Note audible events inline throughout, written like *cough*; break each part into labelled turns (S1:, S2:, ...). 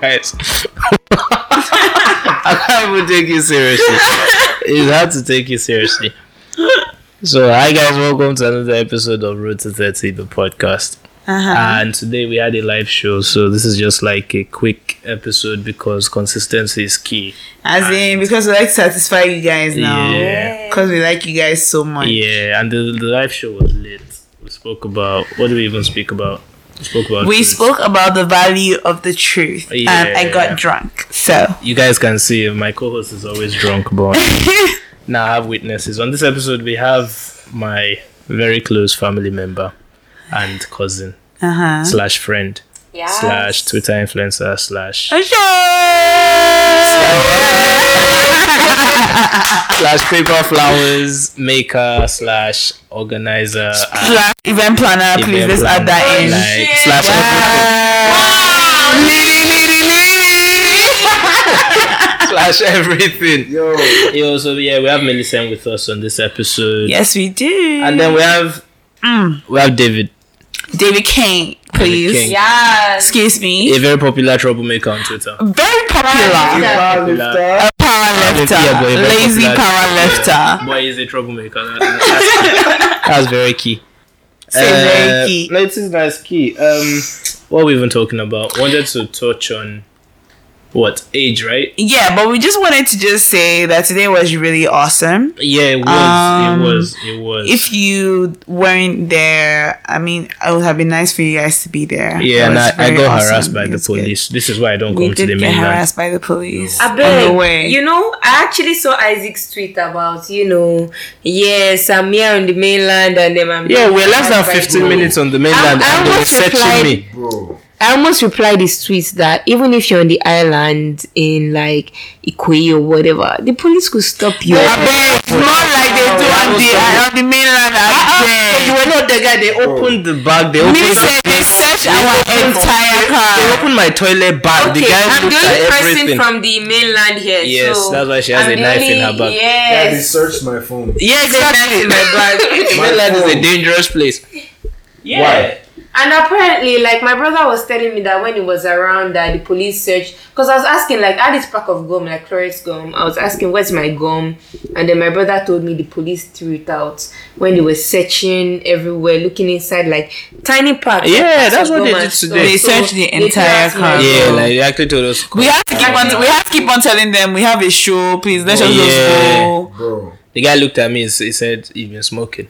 S1: guys. *laughs* I can't even take you seriously. It's hard to take you seriously. So, hi guys, welcome to another episode of Road to 30, the podcast.
S2: Uh-huh.
S1: And today we had a live show, so this is just like a quick episode because consistency is key.
S2: As in, because we like to satisfy you guys now.
S1: Yeah.
S2: Because we like you guys so much.
S1: Yeah, and the, the live show was lit. We spoke about what do we even speak about? We spoke about
S2: We
S1: truth.
S2: spoke about the value of the truth. um, And I
S1: Yeah.
S2: got drunk. So.
S1: *laughs* You guys can see my co-host is always drunk, but now I have witnesses. On this episode, we have my very close family member and cousin
S2: uh-huh.
S1: slash friend
S3: Yeah.
S1: slash Twitter influencer slash slash paper flowers maker slash organizer.
S2: *laughs*
S1: and
S2: Slash event planner, please.
S1: event
S2: Let's add that in.
S1: planner,
S3: in.
S1: like, slash everything. slash everything.
S4: Yo,
S1: Yo, so yeah, we have Millicent with us on this *laughs* episode,
S2: Yes, we do.
S1: and then we have
S2: Mm.
S1: we have David,
S2: David Kane, please.
S1: Kane.
S3: Yes.
S2: Excuse me.
S1: a very popular troublemaker on Twitter.
S2: Very
S3: Right.
S2: popular.
S4: powerlifter.
S2: A power lifter.
S1: Yeah, but a very
S2: Lazy
S1: popular-
S2: power lifter.
S1: *laughs* Boy, he's a troublemaker. That- That's, *laughs* that's very key.
S2: Say
S1: Uh,
S2: very key.
S1: No, it is nice key. Um, what we even talking about? Wanted to touch on what age, right?
S2: Yeah, but we just wanted to just say that today was really awesome.
S1: Yeah, it was.
S2: Um,
S1: it was. It was.
S2: If you weren't there, I mean, it would have been nice for you guys to be there. It
S1: yeah, and
S2: was
S1: I, I
S2: very
S1: got
S2: awesome.
S1: harassed by
S2: It
S1: the
S2: was good.
S1: police. This is why I don't
S2: We
S1: come to
S2: did
S1: the
S2: get
S1: mainland.
S2: harassed by the police.
S3: I
S2: on
S3: beg,
S2: the way.
S3: you know, I actually saw Isaac's tweet about, you know, yes, I'm here on the mainland and then I'm
S1: Yeah, we're less than
S3: Right.
S1: 15 minutes on the mainland,
S3: I
S1: and they were
S3: almost
S1: searching
S3: replied-
S1: me.
S4: Bro,
S3: I almost replied his tweet that even if you're on the island in like Ikwe or whatever, the police could stop you.
S2: I bet it's not like they do on the, on the mainland.
S1: You
S2: I
S1: were not the guy. They opened the bag. They opened.
S2: bet. Me
S1: the-
S2: said they search our entire
S1: They
S2: car.
S1: opened my toilet bag.
S3: Okay,
S1: the guy
S3: I'm
S1: looked
S3: the only
S1: at
S3: person
S1: everything.
S3: from the mainland here.
S1: Yes,
S3: so
S1: that's why she has
S3: I'm
S1: a
S3: the
S1: knife in her
S3: only-
S1: back.
S4: yeah, they
S3: Yes.
S4: searched my phone.
S2: Yeah, exactly.
S3: *laughs*
S4: My
S1: Mainland is a
S4: phone.
S1: dangerous place. Yeah.
S4: Why?
S3: And apparently, like my brother was telling me that when he was around, that the police searched because I was asking, like, I had this pack of gum, like Clorox gum. I was asking, where's my gum? And then my brother told me the police threw it out when they were searching everywhere, looking inside, like tiny packs.
S1: Yeah,
S3: like, packs
S1: that's
S3: of
S1: what
S3: gum
S1: they
S3: and
S1: did
S3: stuff.
S1: today.
S2: They searched the
S3: they threw
S2: entire
S3: out my
S2: car.
S1: Yeah,
S3: gum.
S1: like they actually told us.
S2: We have to keep on. We have to keep on telling them we have a show. Please let us
S1: Oh,
S2: just
S1: yeah.
S2: go.
S4: Bro,
S1: The guy looked at me and s- he said, "You've been smoking."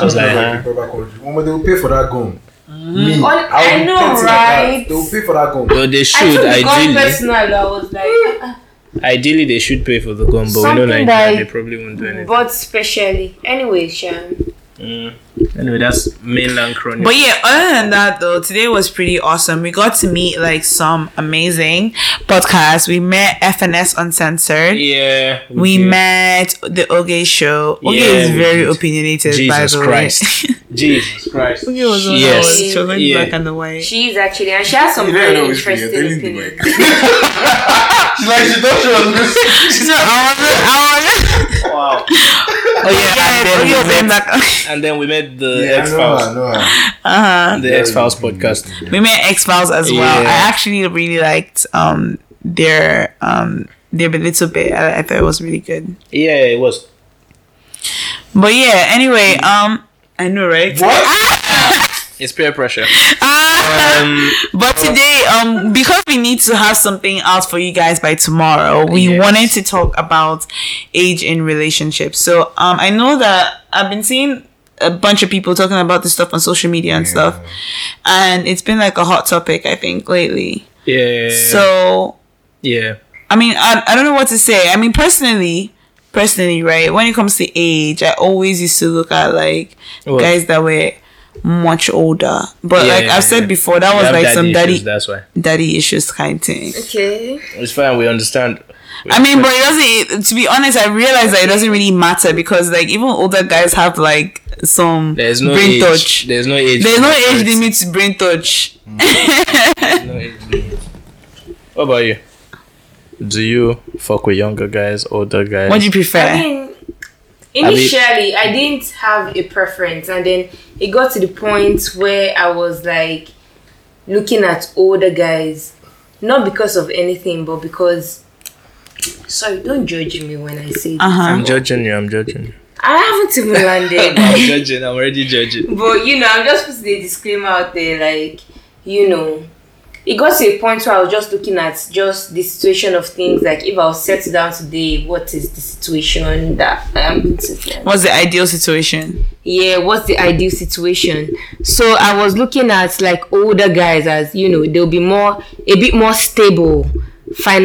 S1: I was like, *laughs*
S4: like, proper country. Woman, they will pay for that gum. Me,
S3: Oh,
S4: I
S3: I
S4: will
S3: know,
S4: pay to that
S3: right?
S4: guy. They will pay for that gum.
S1: "Well, they
S3: I
S1: should
S3: took the gum
S1: ideally.
S3: personal. I was like, *laughs*
S1: Ideally, they should pay for the gun, but we know
S3: Something
S1: Nigeria,
S3: Mm. that-
S1: they probably won't do anything."
S3: but specially, anyway, Sham.
S1: Mm. Anyway, that's mainland chronic.
S2: But yeah, other than that though, today was pretty awesome. We got to meet like some amazing podcasts. We met FNS Uncensored.
S1: yeah,
S2: We
S1: did.
S2: met the Oge show. Oge
S1: Yeah,
S2: is
S1: we
S2: very
S1: did.
S2: opinionated, by
S1: Jesus
S2: the *laughs*
S1: Christ.
S2: way.
S1: Jesus Christ.
S2: Oge was the one that
S1: Yes.
S2: was chosen
S1: Yeah.
S2: black and the white.
S3: She is actually, and she has some
S4: You don't
S3: very
S4: know which
S3: interesting
S4: video, they didn't do
S3: opinions.
S4: Like, she thought she was
S2: So, I was- I was-
S1: Wow. Oh yeah,
S2: Yeah,
S1: and,
S2: Oge
S1: then
S2: was
S1: we
S2: in
S1: met,
S2: that-
S1: and then we met the
S4: Yeah, I
S1: X
S4: know her, I
S1: Files,
S4: know her.
S2: Uh-huh.
S1: the X Files podcast.
S2: We met X Files as well.
S1: Yeah.
S2: I actually really liked um their um their little bit. I, I thought it was really good.
S1: Yeah, it was.
S2: But yeah, anyway, um, I know, right?
S1: *laughs* It's peer pressure.
S2: Ah!
S1: Um,
S2: but today, um, because we need to have something out for you guys by tomorrow, we
S1: Yes.
S2: wanted to talk about age in relationships. So, um, I know that I've been seeing a bunch of people talking about this stuff on social media and stuff, and it's been like a hot topic, I think, lately.
S1: yeah.
S2: So,
S1: yeah.
S2: I mean, I, I don't know what to say. I mean, personally, personally, right? When it comes to age, I always used to look at like
S1: What?
S2: guys that were much older. But
S1: Yeah,
S2: like
S1: yeah,
S2: I've said
S1: yeah.
S2: before, that
S1: We
S2: was
S1: have
S2: like some daddy
S1: issues, that's why
S2: daddy issues kind thing.
S3: Okay.
S1: it's fine. We understand. We
S2: I mean,
S1: understand.
S2: but it doesn't. To be honest, I realized that it doesn't really matter because like even older guys have like some
S1: there's no
S2: brain
S1: age.
S2: touch.
S1: There's no age.
S2: There's no age
S1: maturity.
S2: limit to brain touch.
S1: No age limit. What about you? Do you fuck with younger guys, older guys?
S2: *laughs* What do you prefer?
S3: I mean, initially, Eh. I didn't have a preference, and then it got to the point where I was like looking at older guys not because of anything, but because. Sorry, don't judge me when I say.
S2: Uh huh.
S1: I'm judging you. I'm judging.
S2: *laughs*
S1: you.
S3: I haven't even landed. *laughs*
S1: I'm judging. I'm already judging.
S3: But you know, I'm just putting the disclaimer out there, like, you know, it got to a point where I was just looking at just the situation of things, like if I was set down today, what is the situation that I am going to face?
S2: What's the ideal situation?
S3: Yeah, what's the ideal situation? So I was looking at like older guys as, you know, they'll be more a bit more stable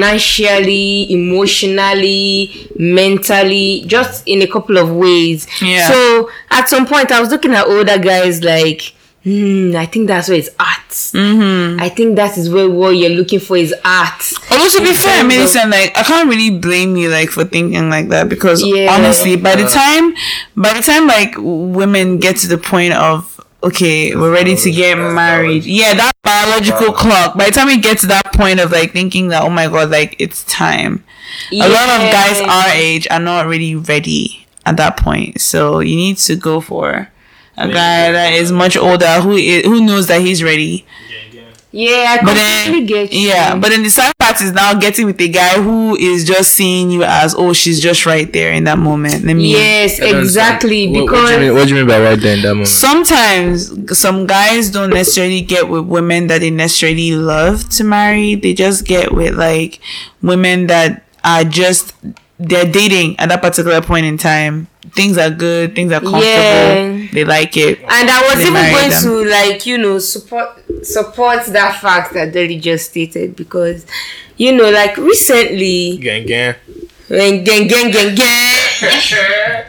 S3: financially, emotionally, mentally, just in a couple of ways.
S2: Yeah.
S3: So so at some point, I was looking at older guys like, hmm, I think that's where it's at. Mm-hmm. I think that is where what you're looking for is at.
S2: Although to be fair,
S3: terms
S2: Millicent, like I can't really blame you like for thinking like that because
S3: Yeah.
S2: honestly, by the time, by the time like women get to the point of okay, we're ready to get
S4: That's
S2: married,
S4: biology.
S2: yeah, that biological
S4: Biology.
S2: clock. By the time we get to that point of like thinking that oh my god, like it's time. A lot of guys
S3: Yeah.
S2: our age are not really ready at that point, so you need to go for a guy that is much older who is, who knows that he's ready.
S3: Yeah, I
S2: But
S3: completely
S2: then,
S3: get you.
S2: yeah, but then the sad part is now getting with a guy who is just seeing you as, oh, she's just right there in that moment. Let me.
S3: yes,
S1: I don't
S3: exactly.
S1: understand. What-
S3: Because
S1: what do, you mean, what do you mean by right there in that moment?
S2: Sometimes some guys don't necessarily get with women that they necessarily love to marry. They just get with like women that are just they're dating at that particular point in time. Things are good. Things are comfortable.
S3: Yeah.
S2: They like it.
S3: and I was
S2: They
S3: even
S2: marry
S3: going
S2: them.
S3: to like you know support support that fact that Dolly just stated because you know like recently
S1: gang, gang.
S3: when gang gang gang gang.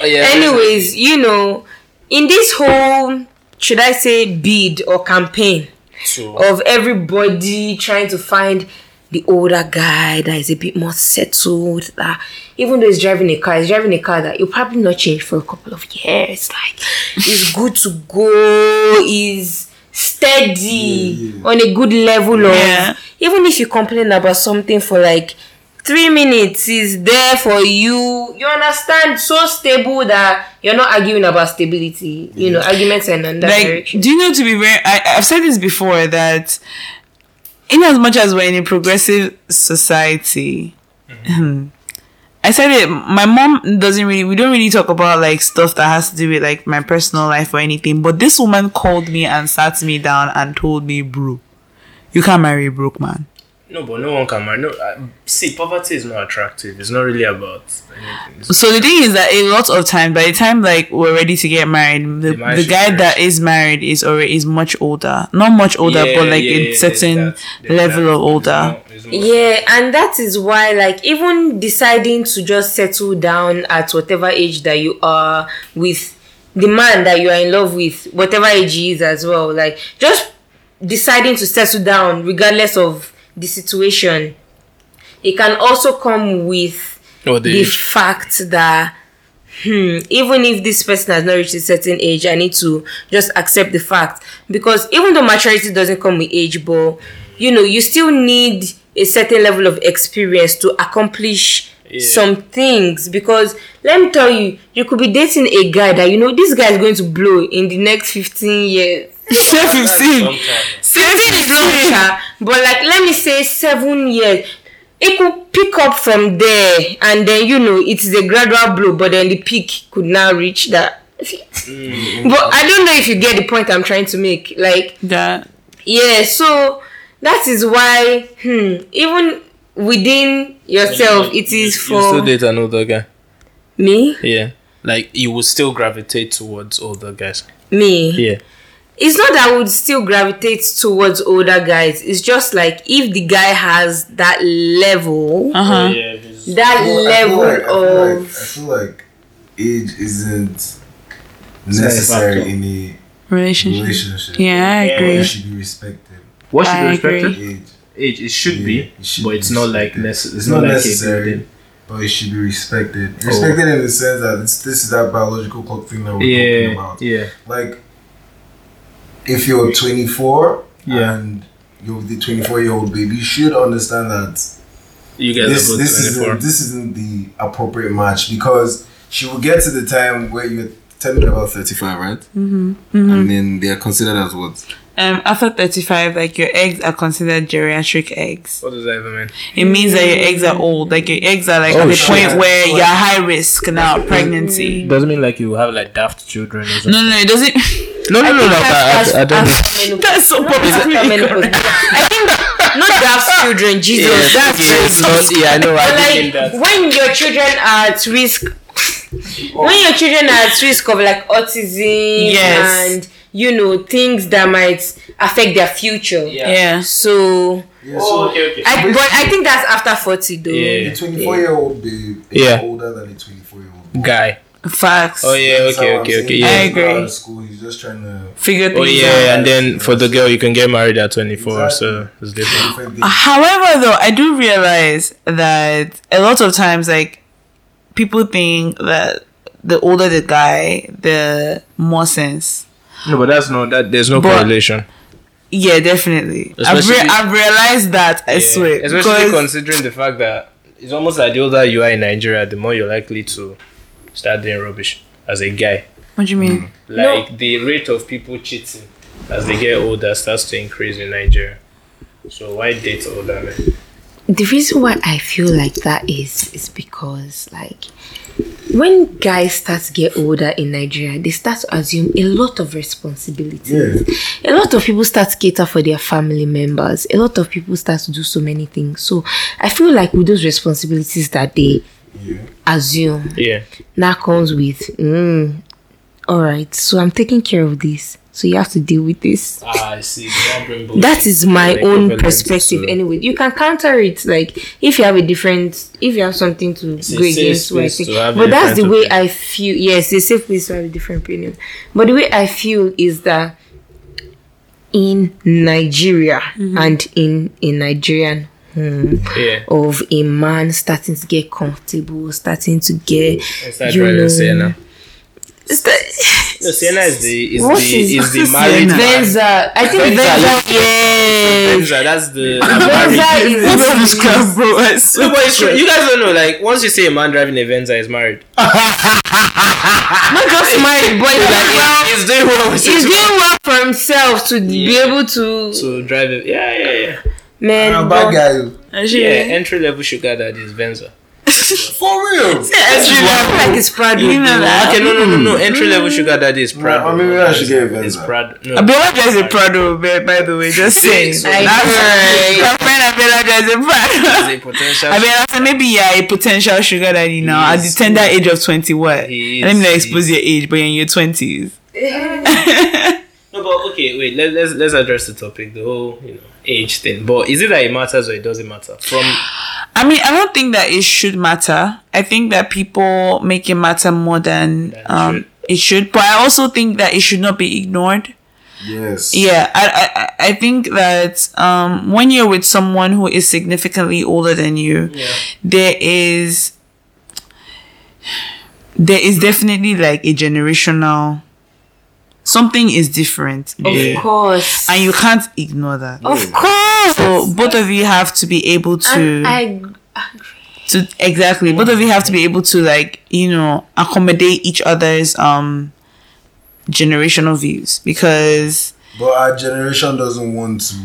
S1: Oh, yeah,
S3: anyways you know in this whole should i say bid or campaign of everybody trying to find the older guy that is a bit more settled that even though he's driving a car he's driving a car that you'll probably not change for a couple of years like he's good to go he's steady on a good level of
S2: Yeah.
S3: even if you complain about something for like three minutes is there for you you understand so stable that you're not arguing about stability you know arguments and in that
S2: like
S3: direction
S2: do you know to be very I, i've said this before that in as much as we're in a progressive society i said it my mom doesn't really we don't really talk about like stuff that has to do with like my personal life or anything but this woman called me and sat me down and told me bro you can't marry a broke man
S1: No, but no one can marry. No, uh, see, poverty is not attractive. It's not really about anything. It's-
S2: so the thing is that a lot of times by the time like we're ready to get married the,
S1: marriage
S2: the
S1: is
S2: guy
S1: marriage.
S2: that is married is already is much older not much older
S1: Yeah,
S2: but like
S1: yeah,
S2: a
S1: yeah, there's
S2: certain
S1: that. There's
S2: level
S1: that.
S2: of older
S1: There's no- there's no-
S3: yeah and that is why like even deciding to just settle down at whatever age that you are with the man that you are in love with whatever age he is as well like just deciding to settle down regardless of the situation it can also come with
S1: Or the
S3: the
S1: age.
S3: fact that hmm, even if this person has not reached a certain age, I need to just accept the fact because even though maturity doesn't come with age, but you know, you still need a certain level of experience to accomplish some things. Because let me tell you, you could be dating a guy that you know this guy is going to blow in the next 15 years.
S2: Say 15.
S1: Sometimes.
S2: Say 15.
S3: Sha, but like let me say seven years it could pick up from there and then you know it's a gradual blow but then the peak could now reach that
S1: Mm.
S3: but i don't know if you get the point i'm trying to make like
S2: That.
S3: yeah so that is why hmm, even within yourself it is
S1: You still
S3: for
S1: date an older guy.
S3: me
S1: Yeah. Like, you will still gravitate towards older guys.
S3: me
S1: Yeah.
S3: it's not that I would still gravitate towards older guys. It's just like if the guy has that level,
S2: Uh-huh.
S1: Oh, Yeah, because-
S3: that
S4: I feel
S3: level
S4: like- I feel like-
S3: of
S4: I feel like age isn't necessary in a
S2: Relationship.
S4: relationship.
S2: Yeah, I agree.
S4: It should be respected.
S1: What should
S2: I
S1: be respected?
S2: agree.
S4: Age,
S1: Age. It should
S4: Yeah,
S1: be,
S4: it should
S1: but
S4: be
S1: it's not like
S4: respected.
S1: necessary.
S4: It's not necessary. but it should be respected.
S1: Oh.
S4: Respected in the sense that it's, this is that biological clock thing that we're talking
S1: Yeah.
S4: about.
S1: Yeah.
S4: Like, if you're 24
S1: Yeah.
S4: and you're the 24 year old baby, you should understand that
S1: You guys
S4: this,
S1: are both
S4: this isn't
S1: 24.
S4: this isn't the appropriate match because she will get to the time where you're tell me about 35, right?
S2: Mm-hmm.
S4: And then they are considered as what?
S2: Um, after 35, like your eggs are considered geriatric eggs.
S1: What does that even mean?
S2: It means that your eggs are old. Like your eggs are like
S1: Oh,
S2: at the
S1: shit.
S2: point where you're high risk now of pregnancy.
S1: Doesn't mean like you have like daft children or
S2: No, no, no, it doesn't. *laughs*
S1: No, no, no, no.
S3: That's-
S1: I, I, I don't.
S3: that's menopause.
S2: That's so
S3: That's not
S2: politically
S3: menopause.
S2: correct.
S3: I think that, not to have children, Jesus, that's
S1: yes,
S3: so
S1: not- yeah, I know. I
S3: But
S1: did mean
S3: like
S1: that.
S3: when your children are at risk when your children are at risk of like autism
S2: Yes.
S3: and you know things that might affect their future
S2: Yeah.
S3: so
S4: Yeah, so
S1: Oh, okay, okay.
S3: I, but I think that's after 40 though
S1: Yeah.
S4: a 24 year old babe is
S1: Yeah.
S4: older than a 24 year old.
S1: Guy.
S2: Facts.
S1: Oh yeah.
S4: That's
S1: Okay.
S4: how I'm
S1: Okay.
S4: saying
S1: Okay.
S4: it.
S2: I
S1: Yeah.
S4: He's not
S2: agree.
S4: Out of school, he's just trying to.
S2: Figure things
S1: Oh
S2: out.
S1: yeah. And then for the girl, you can get married at 24, so it's
S2: Ah.
S1: different.
S4: Different things.
S2: However, though, I do realize that a lot of times, like, people think that the older the guy, the more sense.
S1: No, but that's not that. There's no
S2: But-
S1: correlation.
S2: Yeah, definitely. I've,
S1: Especially-
S2: re- I've realized that, I swear.
S1: Especially
S2: because-
S1: considering the fact that it's almost like the older you are in Nigeria, the more you're likely to start doing rubbish as a guy.
S2: what do you mean?
S1: Like the rate of people cheating as they get older starts to increase in Nigeria. So why date older men?
S3: the reason why I feel like that is is because like when guys start to get older in Nigeria, they start to assume a lot of responsibilities. A lot of people start to cater for their family members. A lot of people start to do so many things. So I feel like with those responsibilities that they
S4: Yeah.
S3: assume,
S1: Yeah.
S3: now comes with, mm, all right, so I'm taking care of this. So you have to deal with this
S1: Ah, I see.
S3: that is my
S1: Like
S3: own
S1: equivalent
S3: perspective
S1: to-
S3: anyway you can counter it like if you have a different if you have something to
S1: a
S3: go
S1: safe
S3: against what I
S1: space
S3: think
S1: to have a
S3: but that's the
S1: different
S3: way
S1: opinion.
S3: I feel yes it's a safe place to have a different opinion but the way I feel is that in Nigeria and in a Nigerian home
S1: Yeah.
S3: of a man starting to get comfortable starting to get
S1: It's not
S3: you
S1: driving
S3: know,
S1: Sienna.
S3: sta-
S1: No, Sienna is the is
S3: What
S1: the is,
S3: is-
S1: the
S2: what's
S1: married
S2: Sienna?
S1: man.
S3: Venza I think
S1: Venza,
S3: Venza yes
S1: Venza, that's the
S3: Venza is
S2: What's up with this club, bro? I swear.
S1: No, but it's true. You guys don't know. Like once you say a man driving a Venza is married,
S3: *laughs* not just married, but
S1: he's
S3: he's doing well.
S1: doing what we
S3: He's doing well for himself to be able to,
S1: to drive it. Yeah, yeah, yeah.
S3: man.
S4: I'm a
S3: but-
S4: bad guy.
S2: *laughs*
S1: Yeah,
S2: Actually,
S1: entry level sugar daddy is Venza.
S4: For real.
S3: Actually, I feel like it's Prado.
S2: You know
S3: though.
S2: that.
S1: Okay, no, no, no,
S3: Mm.
S1: no. Entry level sugar daddy is Prado.
S4: I mean, maybe I should get a
S1: It's
S4: Venza.
S1: Prado. No,
S2: Abiola drives a Prado, by, by the way, just saying.
S1: so-
S2: That's
S3: I-
S2: her friend Abiola drives
S1: He's
S2: a
S1: a
S2: Prado.
S1: potential.
S2: I mean, I said maybe you're a potential sugar daddy now at the
S1: is.
S2: tender age of 21.
S1: He
S2: Let
S1: is,
S2: me not
S1: he
S2: expose
S1: is.
S2: your age, but you're in your 20s.
S1: no, but okay, wait. Let, let's let's address the topic. The whole you know age thing. But is it that it matters or it doesn't matter? From
S2: I mean, I don't think that it should matter. I think that people make it matter more than
S1: it
S2: um,
S1: should.
S2: it should. But I also think that it should not be ignored.
S4: Yes.
S2: Yeah, I, I, I think that um, when you're with someone who is significantly older than you, there is there is definitely like a generational something is different,
S1: Yeah.
S3: Of course.
S2: and you can't ignore that.
S3: of course.
S2: So both of you have to be able to
S3: And I,
S2: to exactly both of you have to be able to like you know accommodate each other's um generational views because
S4: But our generation doesn't want to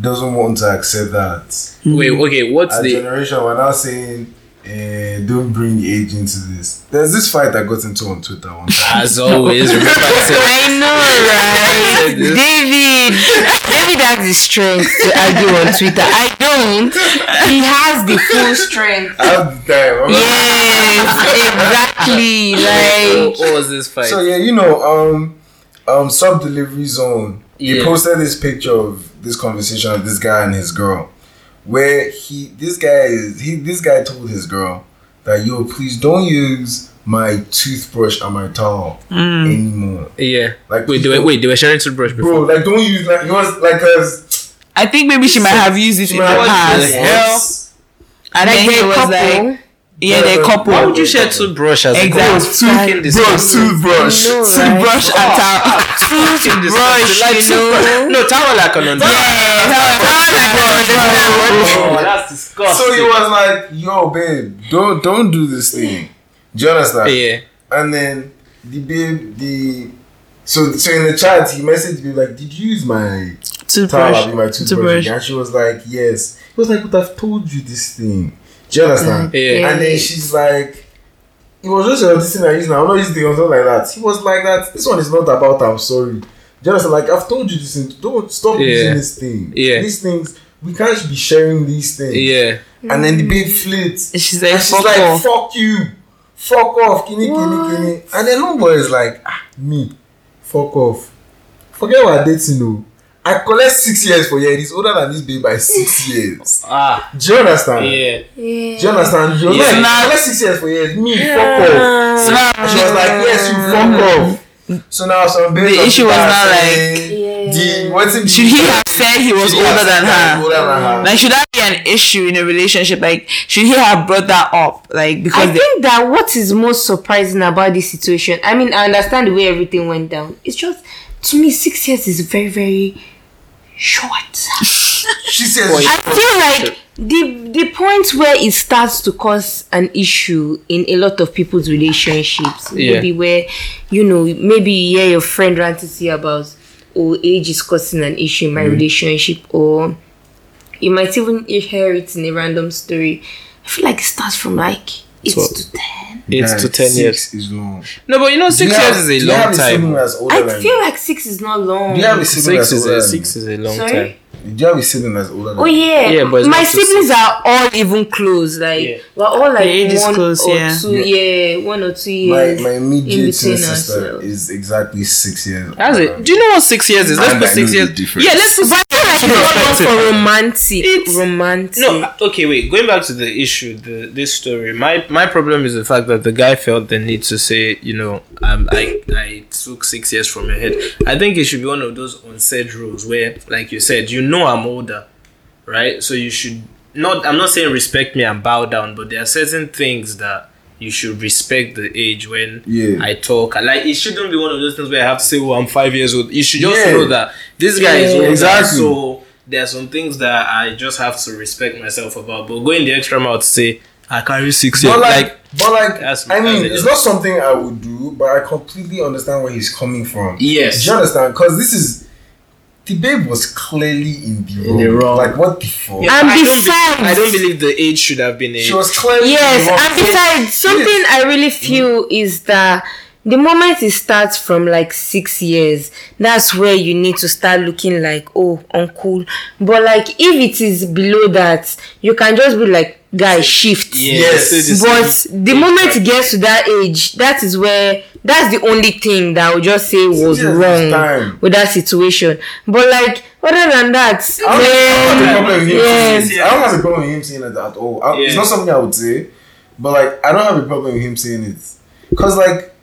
S4: doesn't want to accept that.
S1: wait, okay. What's
S4: Our
S1: the
S4: generation we're now saying eh, don't bring age into this. There's this fight I got into on Twitter
S1: *laughs*
S4: one time.
S1: as always? Remember, I
S2: *laughs*
S1: said-
S3: I know, right?
S1: this.
S3: David. David has the strength to argue on Twitter. I don't. He has the full strength.
S4: I have the time. I'm like-
S3: Yes, exactly. Like.
S1: what was this fight?
S4: So yeah, you know, um, um, sub delivery zone. He
S1: Yeah.
S4: posted this picture of this conversation of this guy and his girl, where he this guy is he this guy told his girl that yo please don't use my toothbrush and my towel anymore.
S1: yeah.
S4: Like
S1: Wait, they were, wait, they were sharing toothbrush before.
S4: bro, like don't use like he was like a
S2: I think maybe she might have used it in the
S4: might have
S1: used
S2: past.
S1: it.
S2: And then he
S3: they're a
S2: was
S3: couple.
S2: like, yeah, they're a couple.
S1: Why would you share toothbrush as a
S2: Exactly.
S1: couple?
S4: Tooth-
S1: Fucking
S4: bro,
S1: disgusting.
S4: toothbrush.
S3: No,
S2: to brush at our
S1: Fucking disgusting. Like,
S2: brush, you know?
S1: toothbrush- No, towel I can understand.
S4: Bro.
S1: Oh, that's disgusting.
S4: So he was like, "Yo, babe, don't don't do this thing." Do you understand?
S1: yeah.
S4: And then the babe, the so so in the chat he messaged me like, did you use my towel in my
S2: Toothbrush.
S4: toothbrush?
S2: Toothbrush.
S4: And she was like, yes. He was like, but I've told you this thing. Do you understand?
S1: Yeah.
S4: And then she's like, it was just uh, this thing I used now. I'm not using it or something like that. He was like that. This one is not about. I'm sorry. Do you understand? Like I've told you this thing. Don't stop
S1: Yeah.
S4: using this thing.
S1: Yeah.
S4: These things we can't be sharing these things.
S1: Yeah.
S4: And then the babe flits.
S2: She's like,
S4: And she's
S2: fuck
S4: like,
S2: off.
S4: fuck you. Fuck off. Kini, kini, kini. And then Lumbo is like, ah, me. Fuck off. Forget what dating, no. I collect six years for you. He's older than this babe
S2: *laughs*
S4: by six years.
S1: Ah.
S4: Do you understand?
S1: Yeah.
S4: Do you understand? You're
S1: Yeah.
S4: like, I collect six years for you. Me, fuck off. And she was like, yes, you fuck off. So now some babes
S2: The
S4: are
S2: issue was
S4: sitting
S2: not
S4: there
S2: like-
S4: saying,
S3: Yeah.
S4: the, what's it
S2: Should he have said he was
S4: Should he have
S2: older than
S4: said he was
S2: her?
S4: older than her?
S2: Like, should that be an issue in a relationship? Like, should he have brought that up? Like,
S3: I
S2: because they,
S3: think that what is most surprising about this situation, I mean, I understand the way everything went down. It's just, to me, six years is very, very short.
S4: she says,
S3: I feel like the the point where it starts to cause an issue in a lot of people's relationships,
S1: Yeah.
S3: maybe where you know maybe you hear your friend ranting to you about oh age is causing an issue in my relationship, or you might even hear it in a random story. I feel like it starts from like eight
S1: Twelve.
S3: to ten.
S1: It's
S4: Guys,
S1: to ten
S4: six
S1: years.
S4: is long.
S1: No, but you know,
S4: Do you
S1: six
S4: have-
S1: years is
S4: do
S1: a
S4: you have
S1: long
S4: sibling
S1: time.
S4: that's older
S3: I
S4: than
S3: feel
S4: you?
S3: like six is not long.
S4: Do you have a sibling
S1: Six
S4: that's
S1: is
S4: older
S1: a
S4: than
S1: six is a long
S3: Sorry?
S1: time.
S4: you? Do you have a sibling that's older than
S3: Oh
S4: you?
S3: yeah,
S1: Yeah, but it's
S3: my
S1: not so
S3: siblings are all even close. Like
S1: Yeah.
S3: we're all like
S2: The age is
S3: one
S2: close,
S3: or
S2: yeah.
S3: two, yeah. one or two
S4: My,
S3: years.
S4: my
S3: in
S4: immediate
S3: between
S4: twin sister
S3: ourselves.
S4: is exactly six years.
S1: That's
S4: older
S1: it.
S4: than
S1: Do you know what six years is? Let's
S4: And
S1: put
S4: I
S1: six
S4: know
S1: years.
S4: the difference.
S1: Yeah, let's put
S3: But I feel like it's
S1: perspective.
S3: not for romantic,
S1: It's-
S3: romantic.
S1: No, uh, okay, wait. Going back to the issue, the this story. My my problem is the fact that the guy felt the need to say, you know, um, I I took six years from your head. I think it should be one of those unsaid rules where, like you said, you know, I'm older, right? So you should not. I'm not saying respect me and bow down, but there are certain things that you should respect the age when
S4: Yeah.
S1: I talk. Like it shouldn't be one of those things where I have to say, "Oh, I'm five years old." You should just
S4: Yeah.
S1: know that this guy is
S4: Yeah.
S1: older,
S4: Exactly.
S1: so there are some things that I just have to respect myself about. But going the extra mile to say I carry six years,
S4: But like,
S1: like
S4: but like,
S1: That's-
S4: I mean,
S1: that's
S4: it's
S1: it.
S4: not something I would do, but I completely understand where he's coming from.
S1: Yes.
S4: do you understand? Because this is the babe was clearly in the
S1: In
S4: wrong.
S1: the wrong.
S4: Like what the fuck?
S1: Yeah,
S3: And
S1: I, don't be-
S3: besides-
S1: I don't believe the age should have been a.
S4: She was clearly in
S3: yes,
S4: the wrong.
S3: and besides, something I really feel is that the moment it starts from like six years, that's where you need to start looking like, oh, uncool. But like, if it is below that, you can just be like, guy, shift.
S1: yeah,
S4: Yes.
S1: so this-
S3: But the moment it gets to that age, that is where that's the only thing that I would just say was
S4: Yes,
S3: wrong
S4: time.
S3: with that situation. But like other than that,
S4: I don't, I don't have a
S3: man,
S4: problem with him
S3: Yes.
S4: saying it. I don't have a problem with him saying it at all. I- It's
S1: Yeah.
S4: not something I would say, but like I don't have a problem with him saying it because like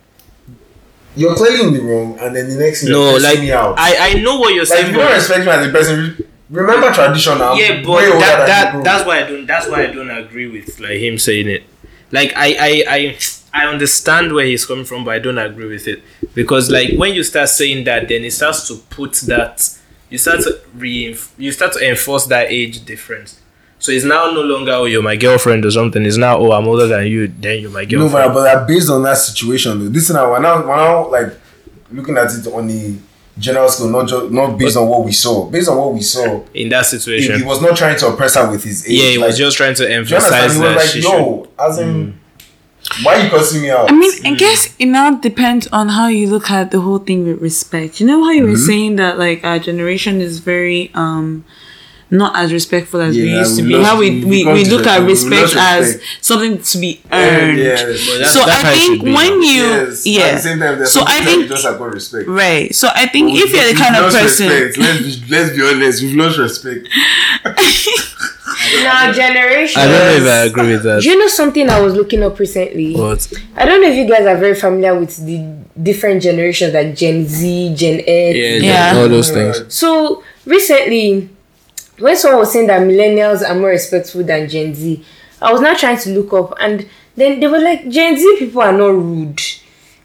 S4: you're clearly in the wrong, and then the next thing
S1: no,
S4: you're
S1: like
S4: pissing me out.
S1: I, I know what you're
S4: like
S1: saying.
S4: if you
S1: but-
S4: don't respect me as a person. re- Remember tradition now.
S1: yeah, but that, that that's why I don't that's why I don't agree with like him saying it. Like I I I, I understand where he's coming from, but I don't agree with it because like when you start saying that, then it starts to put that you start to reinf- you start to enforce that age difference. So it's now no longer oh you're my girlfriend or something. It's now oh I'm older than you, then you're my
S4: no,
S1: girlfriend.
S4: but, but like, based on that situation, though, this now we're now we're now like looking at it on the general scale, not just not based on what we saw. Based on what we saw,
S1: In that
S4: he,
S1: situation,
S4: he was not trying to oppress her with his age.
S1: yeah, he was
S4: like,
S1: just trying to
S4: Do you understand?
S1: emphasize
S4: He
S1: that
S4: was like,
S1: she should. Mm.
S4: yo, as in, why you cussing me out?
S2: I mean, I guess it now depends on how you look at the whole thing with respect. You know how you were
S4: Mm-hmm.
S2: saying that like our generation is very um not as respectful as we
S4: Yeah,
S2: used to
S4: we
S2: be.
S4: lost-
S2: How we,
S4: we
S2: we, we
S4: got
S2: look
S4: to-
S2: at
S4: we lost
S2: respect as
S4: respect.
S2: something to be
S4: Yeah,
S2: earned.
S4: yeah, that's-
S1: But that's-
S2: so
S1: that's how
S2: I
S1: it
S2: think
S1: should be
S2: when
S1: now.
S2: you
S4: yes.
S2: yeah.
S4: At the same time, there's
S2: so
S4: some
S2: I
S4: people that
S2: think
S4: just have got respect.
S2: right. So I think if you're the
S4: We've
S2: kind of
S4: lost
S2: person
S4: respect. Let's be, let's be honest, we've lost respect.
S3: in our generation.
S1: I don't know if I agree with
S3: Do
S1: that.
S3: you know something I was looking up recently?
S1: But
S3: I don't know if you guys are very familiar with the different generations like Gen Z, Gen X.
S1: yeah,
S2: Yeah.
S1: all those things.
S3: So recently, when someone was saying that millennials are more respectful than Gen Z, I was now trying to look up, and then they were like, Gen Z people are not rude.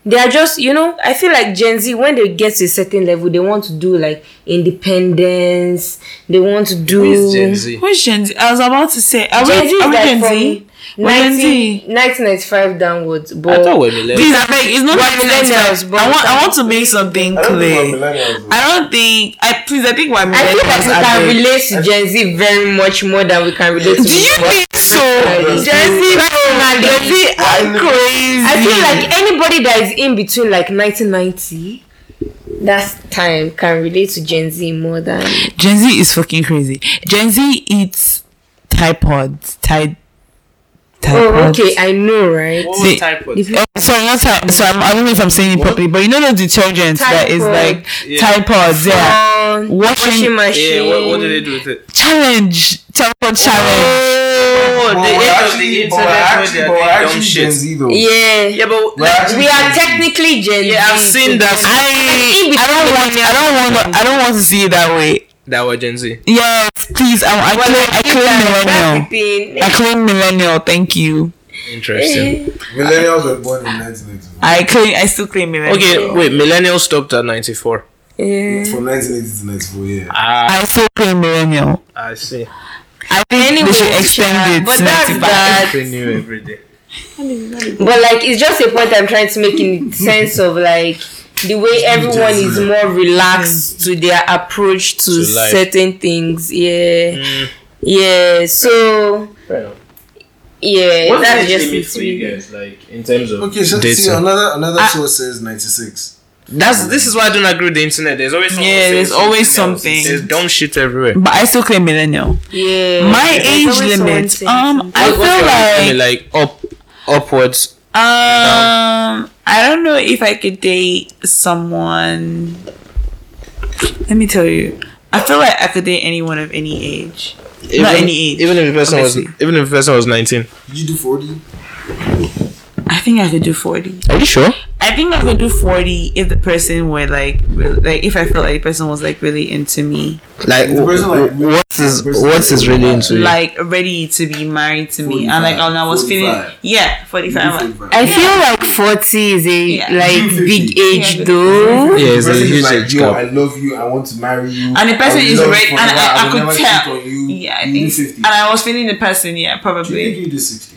S3: They are just, you know, I feel like Gen Z, when they get to a certain level, they want to do like independence. They want to do.
S1: Who is Gen Z?
S2: Which Gen Z? I was about to say, are we,
S3: Gen Z is
S2: are we
S3: like
S2: Gen
S3: from
S2: Z? We're Gen
S3: 19,
S2: Z.
S3: 1995 downwards. But
S1: I thought we're millennials.
S2: Please, I beg, it's not
S3: We're
S2: millennials.
S3: millennials, but
S2: I want, I
S3: we
S2: want to make something
S4: I don't think
S2: clear.
S4: we're millennials.
S2: I don't think. I please. I think we're millennials.
S3: I feel like we
S2: I
S3: can
S2: beg.
S3: relate to Gen Z very much more than we can relate to.
S2: Do you
S3: boomers.
S2: think so?
S4: Gen Z,
S3: personally.
S2: Gen Z are crazy.
S3: I feel like anybody that is in between like 1990, that time can relate to Gen Z more than.
S2: Gen Z is fucking crazy. Gen Z eats Tide Pods. Tide. Tide
S3: Oh,
S2: Pods.
S3: okay, I know, right?
S1: What
S2: See,
S1: was type was?
S3: If-
S2: Oh, sorry, not Tide. So I'm, I don't know if I'm saying it properly, but you know the detergent that is
S3: Tide
S2: like
S1: Yeah.
S2: Tide Pods. Yeah.
S3: Um,
S2: Washing-
S3: washing
S1: Yeah,
S3: machine.
S1: what, what did they do with it?
S2: Challenge. Tide Pod challenge.
S1: Oh,
S4: But
S1: the
S4: we're
S1: age of the
S4: actually,
S1: internet
S4: but we're
S1: where they
S4: actually,
S1: are
S4: but we're
S1: doing dumb
S4: actually Gen
S1: shit.
S4: Z though.
S3: Yeah.
S1: Yeah, but
S4: We're
S1: like,
S4: actually
S3: We are
S4: Gen Z.
S3: technically Gen Z.
S1: yeah, I've seen that.
S2: *laughs* I,
S3: in
S2: I don't
S3: between
S2: want. I don't want. I don't want to see it that way.
S1: That were Gen Z.
S2: Yes, please. I, I claim. I *laughs* claim millennial.
S3: Everything.
S2: I claim millennial. Thank you.
S1: Interesting.
S4: Millennials were born in 1980.
S2: I claim. I still claim millennial.
S1: Okay, wait. Millennials stopped at ninety four.
S3: Yeah.
S4: From 1980 to 94, yeah.
S1: Ah,
S2: I still claim millennial.
S1: I see.
S2: I think
S3: Anyway,
S2: we should extend it
S3: but
S2: to
S3: that's
S2: 95.
S3: that.
S1: new every day.
S3: But like, it's just a point I'm trying to make
S1: *laughs*
S3: in sense of like the way everyone is more relaxed to their approach
S1: To
S3: to,
S1: life.
S3: certain things. Yeah, yeah. So yeah,
S1: What's
S3: that's
S1: the age
S3: just
S1: limit
S3: it
S1: for you
S3: really.
S1: guys, like in terms of
S4: Okay, so see,
S1: dating?
S4: another another source says 96.
S1: That's this is why I don't agree with the internet. There's always someone
S2: Yeah,
S1: saying
S2: there's always
S1: else.
S2: something.
S1: There's dumb shit everywhere.
S2: But I still claim millennial.
S3: Yeah,
S2: My
S3: There's
S2: age
S3: always someone
S2: limit.
S3: saying
S2: Um,
S3: something.
S2: I feel like
S1: like up, upwards.
S2: um, I don't know if I could date someone. Let me tell you. I feel like I could date anyone of any age.
S1: Even,
S2: any age,
S1: Even if the person
S2: obviously.
S1: was even if the person was nineteen.
S4: Did you do 40?
S2: I think I could do forty.
S1: Are you sure?
S2: I think I could do forty if the person were like, re- like if I felt like the person was like really into me,
S1: Like,
S4: The person, like,
S1: what's his
S4: the person-
S1: what's his really into? you?
S2: like ready to be married to me, and like
S4: 45,
S2: when I was feeling,
S4: 45.
S2: yeah, forty five.
S3: I feel like forty is a
S2: Yeah.
S3: like big age
S2: Yeah.
S3: though.
S1: yeah, it's
S4: the
S1: a
S4: person is
S1: huge
S4: like,
S1: age
S4: yo, I
S1: gap.
S4: love you, I want to marry you.
S2: And the person
S4: I would
S2: is
S4: love
S2: ready-
S4: for
S2: and
S4: you,
S2: I- I
S4: would
S2: could
S4: never
S2: tell.
S4: cheat on you.
S2: Yeah, I
S4: You
S2: think,
S4: do 50.
S2: and I was feeling the person, yeah,
S4: Do you think
S2: probably.
S4: you do 60?